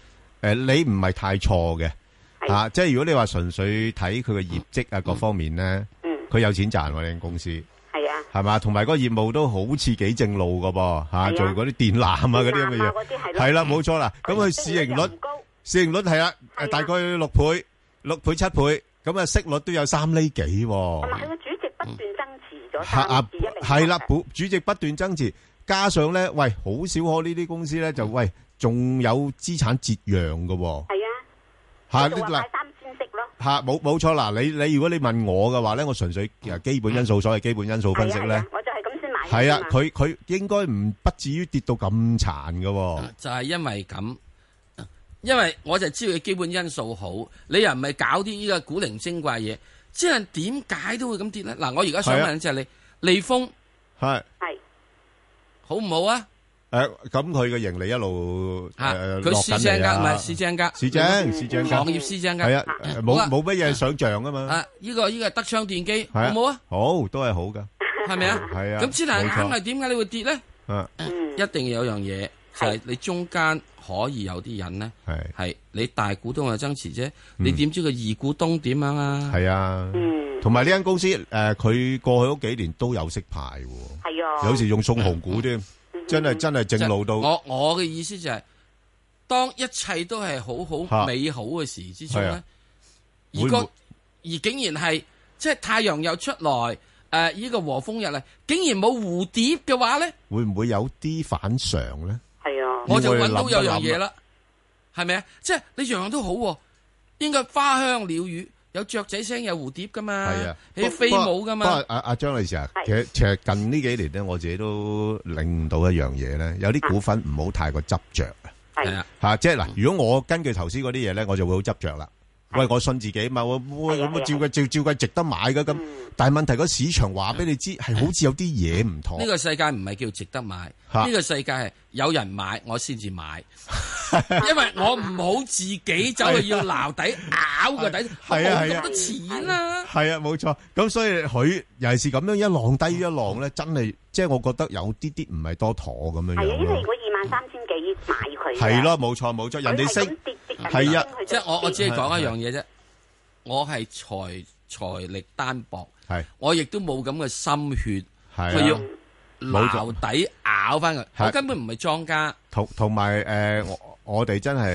Speaker 3: 誒你唔係太錯嘅
Speaker 8: 係
Speaker 3: 嚇，即係如果你話純粹睇佢嘅業績啊各方面咧，
Speaker 8: 嗯，
Speaker 3: 佢有錢賺喎，呢間公司。
Speaker 8: 係啊。
Speaker 3: 係嘛，同埋嗰個業務都好似幾正路噶噃吓，
Speaker 8: 係啊
Speaker 3: 做嗰啲電缆啊嗰啲咁嘅
Speaker 8: 電纜啊
Speaker 3: 嘢，
Speaker 8: 嗰啲係咯
Speaker 3: 係啦冇錯啦。咁
Speaker 8: 佢
Speaker 3: 佢市盈
Speaker 8: 又唔
Speaker 3: 率，
Speaker 8: 高，
Speaker 3: 市盈率係啦，
Speaker 8: 係啊
Speaker 3: 大概六倍、六倍七倍，咁啊息率都有三厘幾
Speaker 8: 同埋
Speaker 3: 喎。
Speaker 8: 佢個主席不斷增持咗
Speaker 3: 係
Speaker 8: 三
Speaker 3: 哦啊
Speaker 8: 至一零。，
Speaker 3: 係啦，主主席不斷增持，加上咧，喂，好少可呢啲公司咧就喂仲有資產折讓噶喎
Speaker 8: 係啊，
Speaker 3: 吓
Speaker 8: 佢就話
Speaker 3: 嗱
Speaker 8: 買三千息咯。
Speaker 3: 吓冇冇錯啦。你你如果你問我嘅話咧，我純粹誒基本因素，所謂基本因素分析
Speaker 8: 係
Speaker 3: 咧
Speaker 8: 啊係啊。我就係咁先買㗎嘛。
Speaker 3: 係啊，佢佢應該唔不至於跌到咁殘噶、喎。
Speaker 2: 啊就係因為咁，因為我就知道佢基本因素好，你又唔係搞啲呢個古靈精怪嘢，即係點解都會咁跌咧？嗱，我而家想
Speaker 3: 係啊
Speaker 2: 問就係你，利豐
Speaker 3: 係
Speaker 8: 係
Speaker 2: 好唔好啊？
Speaker 3: 诶，誒咁佢嘅盈利一路
Speaker 2: 吓，
Speaker 3: 誒
Speaker 2: 佢
Speaker 3: 落
Speaker 2: 市
Speaker 3: 緊
Speaker 2: 正
Speaker 3: 嚟
Speaker 2: 噶，唔
Speaker 3: 啊
Speaker 2: 係市正噶，
Speaker 3: 市正市正
Speaker 2: 行
Speaker 3: 㗎，
Speaker 2: 業市正噶，
Speaker 3: 係啊，誒冇
Speaker 2: 好啊
Speaker 3: 冇乜嘢想像啊嘛，
Speaker 2: 啊，呢個呢個德昌電機好
Speaker 3: 係啊，
Speaker 2: 冇啊？
Speaker 3: 好都係好噶，
Speaker 2: 係咪啊？
Speaker 3: 係啊，
Speaker 2: 咁之但
Speaker 3: 冇
Speaker 2: 係
Speaker 3: 錯
Speaker 2: 硬係點解你會跌咧？
Speaker 3: 啊
Speaker 8: 嗯
Speaker 2: 一定有樣嘢就係你中間可以有啲人咧，
Speaker 3: 係
Speaker 2: 係你大股東嘅增持啫，
Speaker 3: 嗯
Speaker 2: 你點知個二股東點樣啊？
Speaker 3: 係啊，
Speaker 8: 嗯
Speaker 3: 同埋呢間公司诶，誒佢過去嗰幾年都有息派喎，
Speaker 8: 係啊。嗯
Speaker 3: 有時用送紅股添，真係真係正路到
Speaker 2: 我我嘅意思就係、當一切都係好
Speaker 3: 嚇
Speaker 2: 好美好嘅時之中
Speaker 3: 係
Speaker 2: 咧
Speaker 3: 啊，
Speaker 2: 而
Speaker 3: 會唔
Speaker 2: 個
Speaker 3: 會
Speaker 2: 而竟然係即係太陽又出來，誒、依、個和風日嚟，竟然冇蝴蝶嘅話咧，
Speaker 3: 會唔會有啲反常咧？
Speaker 8: 係啊。
Speaker 2: 我就
Speaker 3: 會
Speaker 2: 揾到
Speaker 3: 諗
Speaker 2: 有
Speaker 3: 一諗
Speaker 2: 樣嘢
Speaker 3: 啊
Speaker 2: 啦，係咪啊？即係你樣樣都好喎、應該花香鳥語，有雀仔聲，有蝴蝶噶嘛，
Speaker 3: 係啊，
Speaker 2: 有啲飛
Speaker 3: 不過
Speaker 2: 舞噶
Speaker 3: 不過
Speaker 2: 嘛，
Speaker 3: 阿阿張女士啊，
Speaker 8: 係
Speaker 3: 其實其實近呢幾年咧，我自己都領悟到一樣嘢咧，有啲股份唔好太過執着啊
Speaker 2: 係啊，
Speaker 3: 吓，即係嗱，如果我根據頭先嗰啲嘢咧，我就會好執着啦。喂，我信自己嘛，我我
Speaker 8: 係
Speaker 3: 咁
Speaker 8: 啊嗯
Speaker 3: 啊
Speaker 8: 係啊
Speaker 3: 照佢照照佢值得買嘅咁。但係問題個市場話俾你知，係好似有啲嘢唔妥
Speaker 2: 呢。個世界唔係叫值得買，
Speaker 3: 哦嚇
Speaker 2: 呢個世界係有人買我先至買， 因為我唔好自己走去要撈底 咬個底，我
Speaker 3: 係啊
Speaker 2: 冇
Speaker 3: 係啊
Speaker 2: 咁多錢啦。
Speaker 3: 係啊，冇錯。咁所以佢尤其是咁樣一浪低於一浪咧，真係即係我覺得有啲啲唔係多妥咁樣
Speaker 8: 係啊，
Speaker 3: 樣
Speaker 8: 因為
Speaker 3: 咯。
Speaker 8: 佢二萬三千幾買佢㗎。
Speaker 3: 係咯，冇錯冇錯，人哋
Speaker 8: 佢係咁
Speaker 3: 升
Speaker 8: 跌跌緊
Speaker 3: 係啊
Speaker 8: 升佢就
Speaker 2: 即係我我只
Speaker 8: 跌
Speaker 2: 係講一樣嘢啫，我係財財力單薄，
Speaker 3: 係
Speaker 2: 我亦都冇咁嘅心血，
Speaker 3: 係
Speaker 2: 佢要
Speaker 3: 啊。
Speaker 2: 撈底咬翻佢，
Speaker 3: 係
Speaker 2: 我根本唔係莊家。
Speaker 3: 同同埋誒，我我哋真係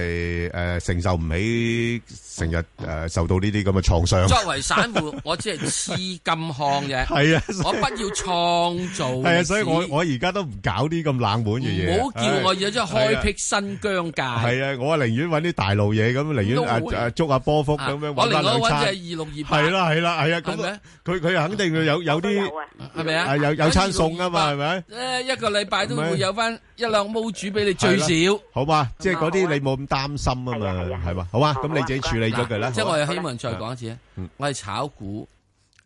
Speaker 3: 诶承受唔起，成日诶受到呢啲咁嘅創傷。
Speaker 2: 作為散户，我只係黐金康啫。
Speaker 3: 係啊
Speaker 2: 我不要創造歷史。
Speaker 3: 係啊，所以我我而家都唔搞啲咁冷門嘅嘢。
Speaker 2: 唔好叫我而家
Speaker 3: 唉係
Speaker 2: 開
Speaker 3: 啊
Speaker 2: 辟新疆界。
Speaker 3: 系啊，我啊寧願揾啲大路嘢咁，寧願
Speaker 2: 都好
Speaker 3: 啊
Speaker 2: 嘅
Speaker 3: 啊捉下波幅
Speaker 2: 啊
Speaker 3: 咁樣
Speaker 2: 我另
Speaker 3: 揾
Speaker 2: 外
Speaker 3: 翻兩
Speaker 2: 揾
Speaker 3: 餐。
Speaker 2: 只二六二八，
Speaker 3: 係啦係啦係
Speaker 2: 係
Speaker 3: 啊，咁
Speaker 2: 咪
Speaker 3: 佢佢肯定有有
Speaker 8: 都有
Speaker 3: 啲
Speaker 8: 啊，
Speaker 2: 係咪啊？
Speaker 3: 啊有有餐餸啊嘛，係咪？
Speaker 2: 诶，一個禮拜都會
Speaker 3: 咪
Speaker 2: 有翻一兩毛主俾你最少。即
Speaker 3: 好嘛，即係嗰啲你冇咁擔心啊
Speaker 8: 係啊係啊
Speaker 3: 嘛，
Speaker 8: 係
Speaker 3: 係
Speaker 8: 啊
Speaker 3: 嘛？好啊，
Speaker 8: 好
Speaker 3: 咁你自己處理咗佢啦。
Speaker 2: 係我
Speaker 3: 係
Speaker 2: 又希望再講一次啊
Speaker 3: 嗯，
Speaker 2: 我係炒股，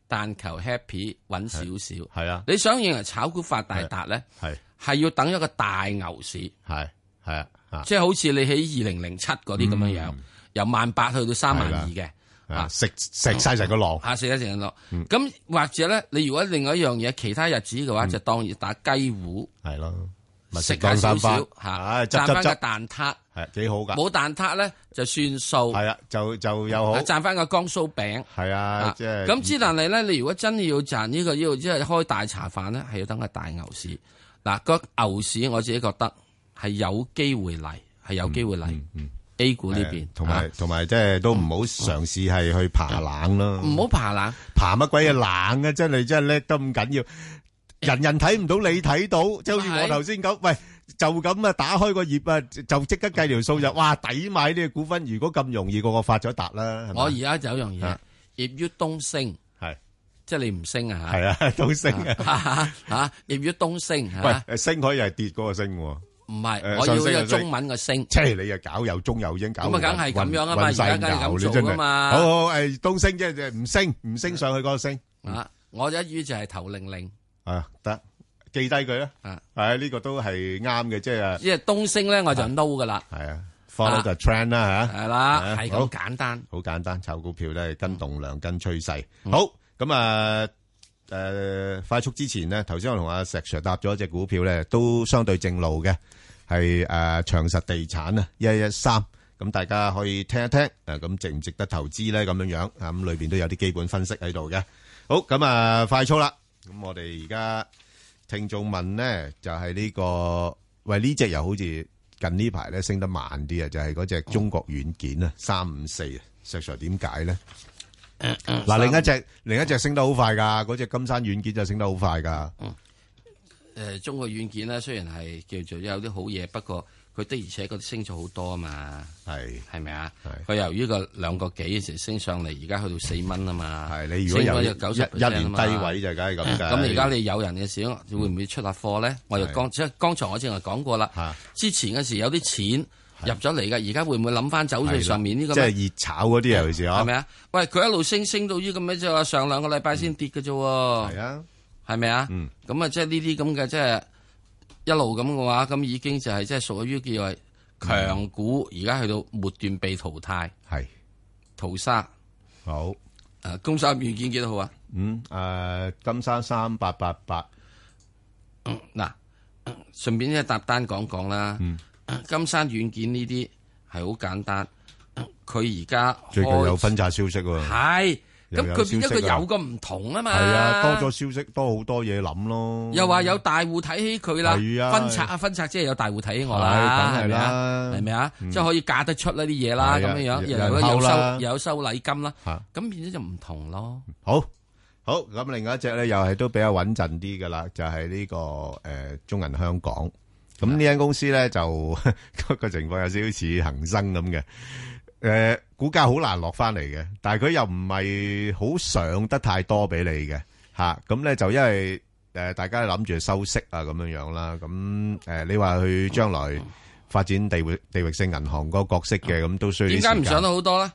Speaker 2: 但求 happy，揾少少。
Speaker 3: 係啊，
Speaker 2: 你想認為炒股發大達咧，
Speaker 3: 係
Speaker 2: 係要等一個大牛市。
Speaker 3: 係係啊啊，
Speaker 2: 即係好似你喺二零零七嗰啲咁樣
Speaker 3: 嗯
Speaker 2: 樣，由萬八去到三萬二嘅，
Speaker 3: 啊食食晒成個浪。
Speaker 2: 下四一成落。
Speaker 3: 嗯
Speaker 2: 咁或者咧，你如果另外一樣嘢，其他日子嘅話，就當然打雞糊，
Speaker 3: 係咯，嗯咪
Speaker 2: 食
Speaker 3: 食
Speaker 2: 下
Speaker 3: 當
Speaker 2: 少
Speaker 3: 三花
Speaker 2: 少嚇，賺
Speaker 3: 唉，
Speaker 2: 翻
Speaker 3: 執執
Speaker 2: 個
Speaker 3: 執，
Speaker 2: 蛋撻，
Speaker 3: 係幾好㗎。
Speaker 2: 冇蛋撻咧就算數，
Speaker 3: 係啊，就就又好，
Speaker 2: 賺翻個江蘇餅。
Speaker 3: 係啊
Speaker 2: 啊，
Speaker 3: 即係
Speaker 2: 咁之，但係咧，你如果真係要賺呢個要即係開大茶飯咧，係要等個大牛市。嗱，個牛市我自己覺得係有機會嚟，係有機會嚟
Speaker 3: 嗯嗯
Speaker 2: A 股呢邊，啊
Speaker 3: 同埋同埋，即係都唔好嘗試係去爬冷咯。
Speaker 2: 啊唔好爬冷。
Speaker 3: 爬乜鬼嘢冷啊！真係真係叻得咁緊要，人人睇唔到你睇到，即係好似我頭先咁，喂就咁啊打開個頁啊，就即刻計條數就哇抵買呢個股份，如果咁容易個個發咗達啦，係咪
Speaker 2: 我而家就有一樣嘢
Speaker 3: 啊，
Speaker 2: 業於東升，
Speaker 3: 係
Speaker 2: 即係你唔升啊嚇
Speaker 3: 係啊都 升啊，
Speaker 2: 啊嚇，業於東升嚇，
Speaker 3: 喂升可以係跌嗰個升喎，
Speaker 2: 唔係
Speaker 3: 誒
Speaker 2: 我要
Speaker 3: 上
Speaker 2: 一
Speaker 3: 升
Speaker 2: 個
Speaker 3: 上升
Speaker 2: 中文嘅升，
Speaker 3: 即係你又搞又中又英搞
Speaker 2: 咁啊梗係咁樣啊嘛
Speaker 3: 混混
Speaker 2: 而家梗係咁
Speaker 3: 世界
Speaker 2: 做
Speaker 3: 你真係
Speaker 2: 㗎嘛
Speaker 3: 好好誒東升即係唔升唔升上去嗰個升
Speaker 2: 啊，我一於就係頭令令
Speaker 3: 啊得記低佢啦，
Speaker 2: 啊，
Speaker 3: 係呢個都係啱嘅，即係
Speaker 2: 因為東升咧我就 no 噶啦，
Speaker 3: 係啊 follow the trend 啦嚇。
Speaker 2: 係啦，
Speaker 3: 啊
Speaker 2: 係
Speaker 3: 好
Speaker 2: 咁簡單。
Speaker 3: 好簡單，炒股票咧跟動量、跟趨勢。好咁啊，誒快速之前呢，頭先我同阿石 Sir 搭咗一隻股票咧，都相對正路嘅，係誒長實地產啊，一一三。咁大家可以聽一聽，誒咁值唔值得投資咧？咁樣樣啊，咁裏邊都有啲基本分析喺度嘅。好咁啊，快速啦。咁我哋而家聽眾問咧，就係呢個喂呢只又好似近呢排咧升得慢啲啊，就係嗰只中國軟件啊，三五四啊，石 Sir 點解咧？嗱，另一隻另一隻升得好快㗎，嗰只金山軟件就升得好快㗎，
Speaker 2: 誒中國軟件咧雖然係叫做有啲好嘢，不過佢的而且確升咗好多啊嘛，
Speaker 3: 係
Speaker 2: 係咪啊？
Speaker 3: 係
Speaker 2: 佢由於個兩個幾時升上嚟，而家去到四蚊啊嘛，
Speaker 3: 係你如果有
Speaker 2: 升咗
Speaker 3: 一
Speaker 2: 有90%
Speaker 3: 一年
Speaker 2: 啊
Speaker 3: 低
Speaker 2: 嘛
Speaker 3: 位就梗係咁㗎。
Speaker 2: 咁而家你有人嘅時候，會唔會出下貨咧？我又
Speaker 3: 係
Speaker 2: 剛即係剛才我正話講過啦
Speaker 3: 嚇。
Speaker 2: 之前嘅時有啲錢入咗嚟嘅，而家會唔會諗翻走
Speaker 3: 係
Speaker 2: 去
Speaker 3: 啦
Speaker 2: 上面呢個
Speaker 3: 即
Speaker 2: 咩？
Speaker 3: 係熱炒嗰啲尤其是啊，
Speaker 2: 係咪啊？喂，佢一路升升到呢咁嘅啫喎，上兩個禮拜先跌嘅啫
Speaker 3: 係
Speaker 2: 喎，
Speaker 3: 啊，
Speaker 2: 係咪啊
Speaker 3: 嗯？
Speaker 2: 咁啊，即係呢啲咁嘅即係一路咁嘅話，咁已經就係即係屬於叫係強股，而家去到末段被淘汰、
Speaker 3: 係
Speaker 2: 淘沙。
Speaker 3: 好。
Speaker 2: 誒，工商軟件幾多號啊？
Speaker 3: 嗯，誒、金山三八八八，
Speaker 2: 嗱，順便一搭單講講啦。
Speaker 3: 嗯
Speaker 2: 金山軟件呢啲係好簡單，佢而家
Speaker 3: 最近有
Speaker 2: 開
Speaker 3: 分拆消息喎，係
Speaker 2: 係
Speaker 3: 又
Speaker 2: 咁
Speaker 3: 有
Speaker 2: 佢變咗
Speaker 3: 消息
Speaker 2: 佢
Speaker 3: 啊
Speaker 2: 有個唔同啊嘛。
Speaker 3: 啊，多咗消息，多好多嘢諗咯。
Speaker 2: 又話有大户睇起佢啦，
Speaker 3: 係啊
Speaker 2: 分拆啊分拆，即係有大户睇起我啦，
Speaker 3: 係梗係
Speaker 2: 係咪啊
Speaker 3: 啦？嗯
Speaker 2: 係咪啊？即係可以嫁得出呢啲嘢啦，
Speaker 3: 係
Speaker 2: 咁
Speaker 3: 啊
Speaker 2: 樣樣
Speaker 3: 有
Speaker 2: 又有
Speaker 3: 人
Speaker 2: 有
Speaker 3: 溝
Speaker 2: 收
Speaker 3: 啦
Speaker 2: 又有收禮金啦，
Speaker 3: 嚇
Speaker 2: 咁變咗就唔同咯。
Speaker 3: 好好咁，另外一隻咧又係都比較穩陣啲噶啦，就係呢個誒中銀香港。咁呢間公司咧就 個個情況有少少似恒生咁嘅，誒股價好難落翻嚟嘅，但係佢又唔係好上得太多俾你嘅嚇。咁咧就因為誒大家諗住收息啊咁樣樣啦，咁誒你話佢將來發展地域地域性銀行個角色嘅，咁都需要
Speaker 2: 點
Speaker 3: 啲
Speaker 2: 解唔
Speaker 3: 時間
Speaker 2: 上得好多咧？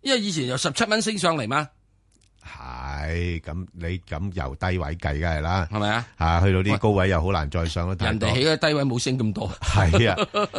Speaker 2: 因為以前由十七蚊升上嚟嘛，
Speaker 3: 係咁你咁由低位計梗係啦。
Speaker 2: 係咪啊？
Speaker 3: 啊，去到啲高位又好難再上得太
Speaker 2: 人
Speaker 3: 多
Speaker 2: 哋起嘅低位冇升咁多。
Speaker 3: 係啊，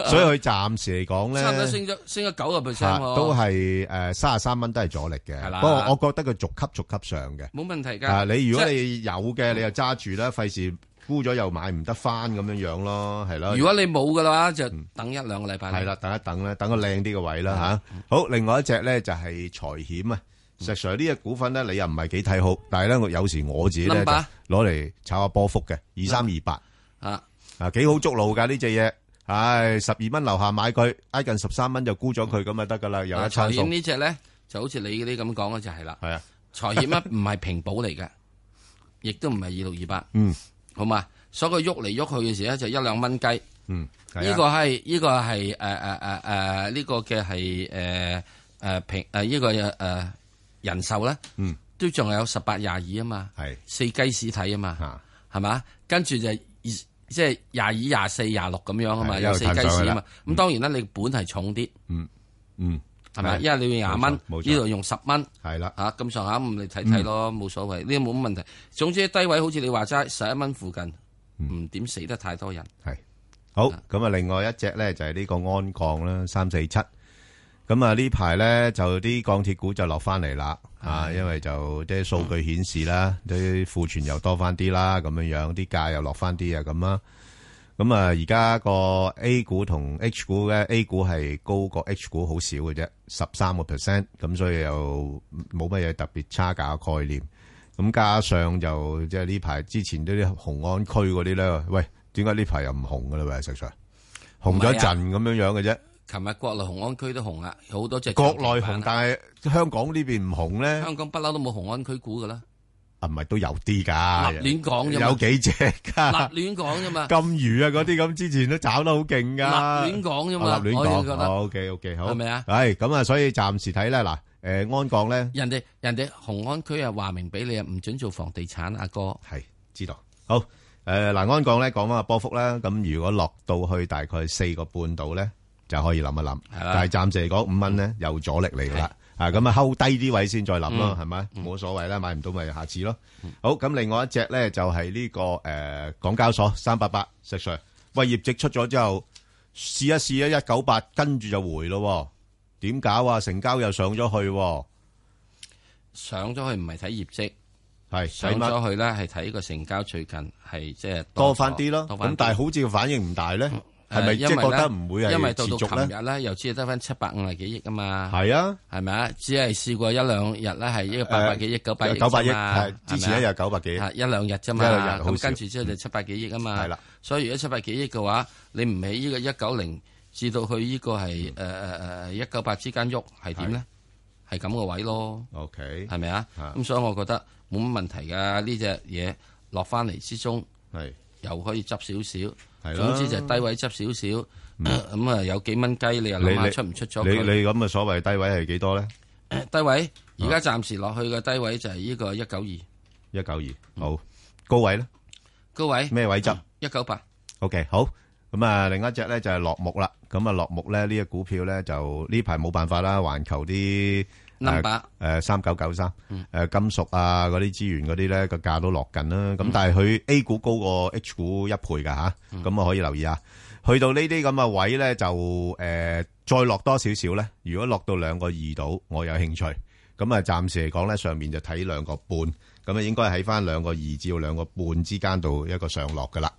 Speaker 3: 所以佢暫時嚟講
Speaker 2: 差唔多
Speaker 3: 咧，
Speaker 2: 升咗升咗九個 percent
Speaker 3: 啊
Speaker 2: 喎，
Speaker 3: 都係诶三十三蚊都係阻力
Speaker 2: 係
Speaker 3: 嘅。
Speaker 2: 啦
Speaker 3: 不過我覺得佢逐級逐級上嘅。
Speaker 2: 冇問題㗎。
Speaker 3: 啊，你如果
Speaker 2: 即係
Speaker 3: 你有嘅，你就揸住啦，費事沽咗又買唔得翻咁樣樣咯，係咯。
Speaker 2: 如果你冇嘅話，就等一兩個禮拜。
Speaker 3: 嗯係，啦，等一等啦，等個靚啲嘅位啦吓。好，另外一隻咧就係財險啊。石 Sir 呢只股份咧，你又唔係幾睇好，但係咧，我有時我自己咧就
Speaker 2: Number？
Speaker 3: 攞嚟炒下波幅嘅，二三二八。
Speaker 2: 啊，
Speaker 3: 啊，幾好捉路㗎呢隻嘢唉，十二蚊樓下買佢，挨近十三蚊就沽咗佢咁啊得噶啦，有
Speaker 2: 嗱
Speaker 3: 一
Speaker 2: 財
Speaker 3: 餐
Speaker 2: 險
Speaker 3: 餸。
Speaker 2: 呢只咧就好似你嗰啲咁講嘅就係啦。
Speaker 3: 係啊，
Speaker 2: 財險咧唔係平保嚟嘅，亦都唔係二六二八，
Speaker 3: 嗯
Speaker 2: 好嘛？所以佢喐嚟喐去嘅時咧就一兩蚊雞。
Speaker 3: 嗯，係啊
Speaker 2: 呢個係呢個係誒誒誒誒呢個嘅係誒誒平誒呢個誒誒人壽咧，
Speaker 3: 嗯
Speaker 2: 都仲有十八廿二啊嘛，
Speaker 3: 係
Speaker 2: 四雞屎體啊嘛，
Speaker 3: 吓
Speaker 2: 係嘛？跟住就二即係廿二廿四廿六咁樣啊嘛，
Speaker 3: 係
Speaker 2: 有
Speaker 3: 一路
Speaker 2: 四
Speaker 3: 褪
Speaker 2: 雞
Speaker 3: 上去
Speaker 2: 屎啊
Speaker 3: 啦
Speaker 2: 嘛。咁當然啦，你本係重啲。
Speaker 3: 嗯
Speaker 2: 係咪？
Speaker 3: 係
Speaker 2: 因為你要廿蚊，
Speaker 3: 冇錯冇嗯錯
Speaker 2: 呢度用十蚊
Speaker 3: 係啦，
Speaker 2: 嚇咁上下，咁你睇睇咯，冇所謂，呢個冇乜問題。總之低位好似你話齋十一蚊附近，
Speaker 3: 嗯
Speaker 2: 唔點死得太多人。
Speaker 3: 係好咁啊！另外一隻咧就係呢個安鋼啦，三四七。咁啊呢排咧就啲鋼鐵股就落翻嚟啦，啊，因為就啲數據顯示啦，啲庫存又多翻啲啦，咁樣樣啲價又落翻啲啊，咁啦。咁啊，而家個 A 股同 H 股咧，A 股係高過 H 股好少嘅啫，十三個 percent，咁所以又冇乜嘢特別差價嘅概念。咁加上就即係呢排之前嗰啲紅安區嗰啲咧，喂，點解呢排又唔紅嘅咧？喂，石 Sir，紅咗一陣咁樣樣嘅啫。
Speaker 2: 琴日國內紅安區都紅啦，好多隻
Speaker 3: 國
Speaker 2: 強
Speaker 3: 內
Speaker 2: 勁版
Speaker 3: 紅，
Speaker 2: 啦
Speaker 3: 但係香港呢邊唔紅咧，
Speaker 2: 香港不嬲都冇紅安區股噶啦，
Speaker 3: 啊唔係都有啲㗎，
Speaker 2: 立亂講啫嘛
Speaker 3: 有幾隻 㗎，
Speaker 2: 立亂講啫嘛，
Speaker 3: 金魚啊嗰啲咁之前都炒得好勁
Speaker 2: 立
Speaker 3: 㗎，
Speaker 2: 亂講啫
Speaker 3: 我
Speaker 2: 嘛，
Speaker 3: 立亂
Speaker 2: 我
Speaker 3: 講，
Speaker 2: 已經覺得
Speaker 3: OK，OK，好。
Speaker 2: 係咪啊？
Speaker 3: 係，咁啊，所以暫時睇呢，嗱，誒，安鋼呢，係，知道。
Speaker 2: 人
Speaker 3: 好，咁啊，另外一隻呢，就係呢個，誒，
Speaker 2: 哋人哋紅安區啊話明俾你啊，唔准做房地產啊哥，
Speaker 3: 嗱，安鋼呢，講返個波幅啦，咁如果落到去大概4.5度呢，就可以諗一諗。
Speaker 2: 係啦。
Speaker 3: 但係暫時嚟講，5蚊呢，有阻力嚟㗎啦。啊，咁啊，睺低啲位先再諗咯，
Speaker 2: 嗯，
Speaker 3: 係咪？冇所謂啦，買唔到咪下次咯。好，咁另外一隻呢，就係呢個，誒，港交所388，石Sir，喂，業績出咗之後，試一試啊，198跟住就回咯喎，點搞啊？成交又上咗去喎。
Speaker 2: 上咗去唔係睇業績，
Speaker 3: 係，
Speaker 2: 上
Speaker 3: 睇乜？
Speaker 2: 咗去咧係睇個成交最近係即係
Speaker 3: 多
Speaker 2: 咗
Speaker 3: 翻啲咯。
Speaker 2: 多返
Speaker 3: 咁但係好似個反應唔大咧，係咪
Speaker 2: 誒
Speaker 3: 即
Speaker 2: 因為
Speaker 3: 係覺
Speaker 2: 咧
Speaker 3: 得唔會
Speaker 2: 因為
Speaker 3: 係
Speaker 2: 到
Speaker 3: 持
Speaker 2: 到
Speaker 3: 續
Speaker 2: 琴
Speaker 3: 咧？
Speaker 2: 日咧，又只係得翻七百五十幾億啊嘛，
Speaker 3: 係啊，
Speaker 2: 係咪啊？只係試過一兩日咧，係一個八百幾億、九百億、
Speaker 3: 九百億，
Speaker 2: 係啊
Speaker 3: 係之前一日九百幾，
Speaker 2: 係一兩日啫
Speaker 3: 一兩
Speaker 2: 嘛，
Speaker 3: 日好
Speaker 2: 咁
Speaker 3: 少嗯
Speaker 2: 跟住之後就七百幾億啊嘛，
Speaker 3: 係啦。
Speaker 2: 所以如果七百幾億嘅話，你唔喺呢個一九零至到去呢個
Speaker 3: 嗯
Speaker 2: 係誒誒誒一九八之間喐，係點咧？係咁個位咯，
Speaker 3: OK，
Speaker 2: 係咪啊？
Speaker 3: 啊
Speaker 2: 咁所以我覺得冇乜問題㗎，呢只嘢落翻嚟之中。
Speaker 3: 係
Speaker 2: 又可以執少
Speaker 3: 係
Speaker 2: 少，
Speaker 3: 啦
Speaker 2: 總之就係低位執少少， 咁啊有幾蚊雞，你又
Speaker 3: 你
Speaker 2: 諗下
Speaker 3: 你
Speaker 2: 出唔出咗
Speaker 3: 你
Speaker 2: 佢？
Speaker 3: 你咁嘅所謂低位係幾多咧？
Speaker 2: 低位而
Speaker 3: 啊
Speaker 2: 家暫時落去嘅低位就係呢個一九二，
Speaker 3: 一九二，好高位咧，
Speaker 2: 高位嗯
Speaker 3: 咩位執？
Speaker 2: 一九八，
Speaker 3: OK，好。咁啊，另一隻咧就係落木啦。咁啊，落木咧呢只股票咧就呢排冇辦法啦，環球啲
Speaker 2: Number
Speaker 3: 誒呃三九九三誒金屬啊嗰啲資源嗰啲咧個價都落緊啦。咁但係佢 A 股高過 H 股一倍㗎吓，咁啊可以留意下。去到呢啲咁嘅位咧就誒再落多少少咧，如果落到兩個二度，我有興趣。咁啊，暫時嚟講咧，上面就睇兩個半，咁啊應該喺翻兩個二至到兩個半之間度一個上落㗎啦。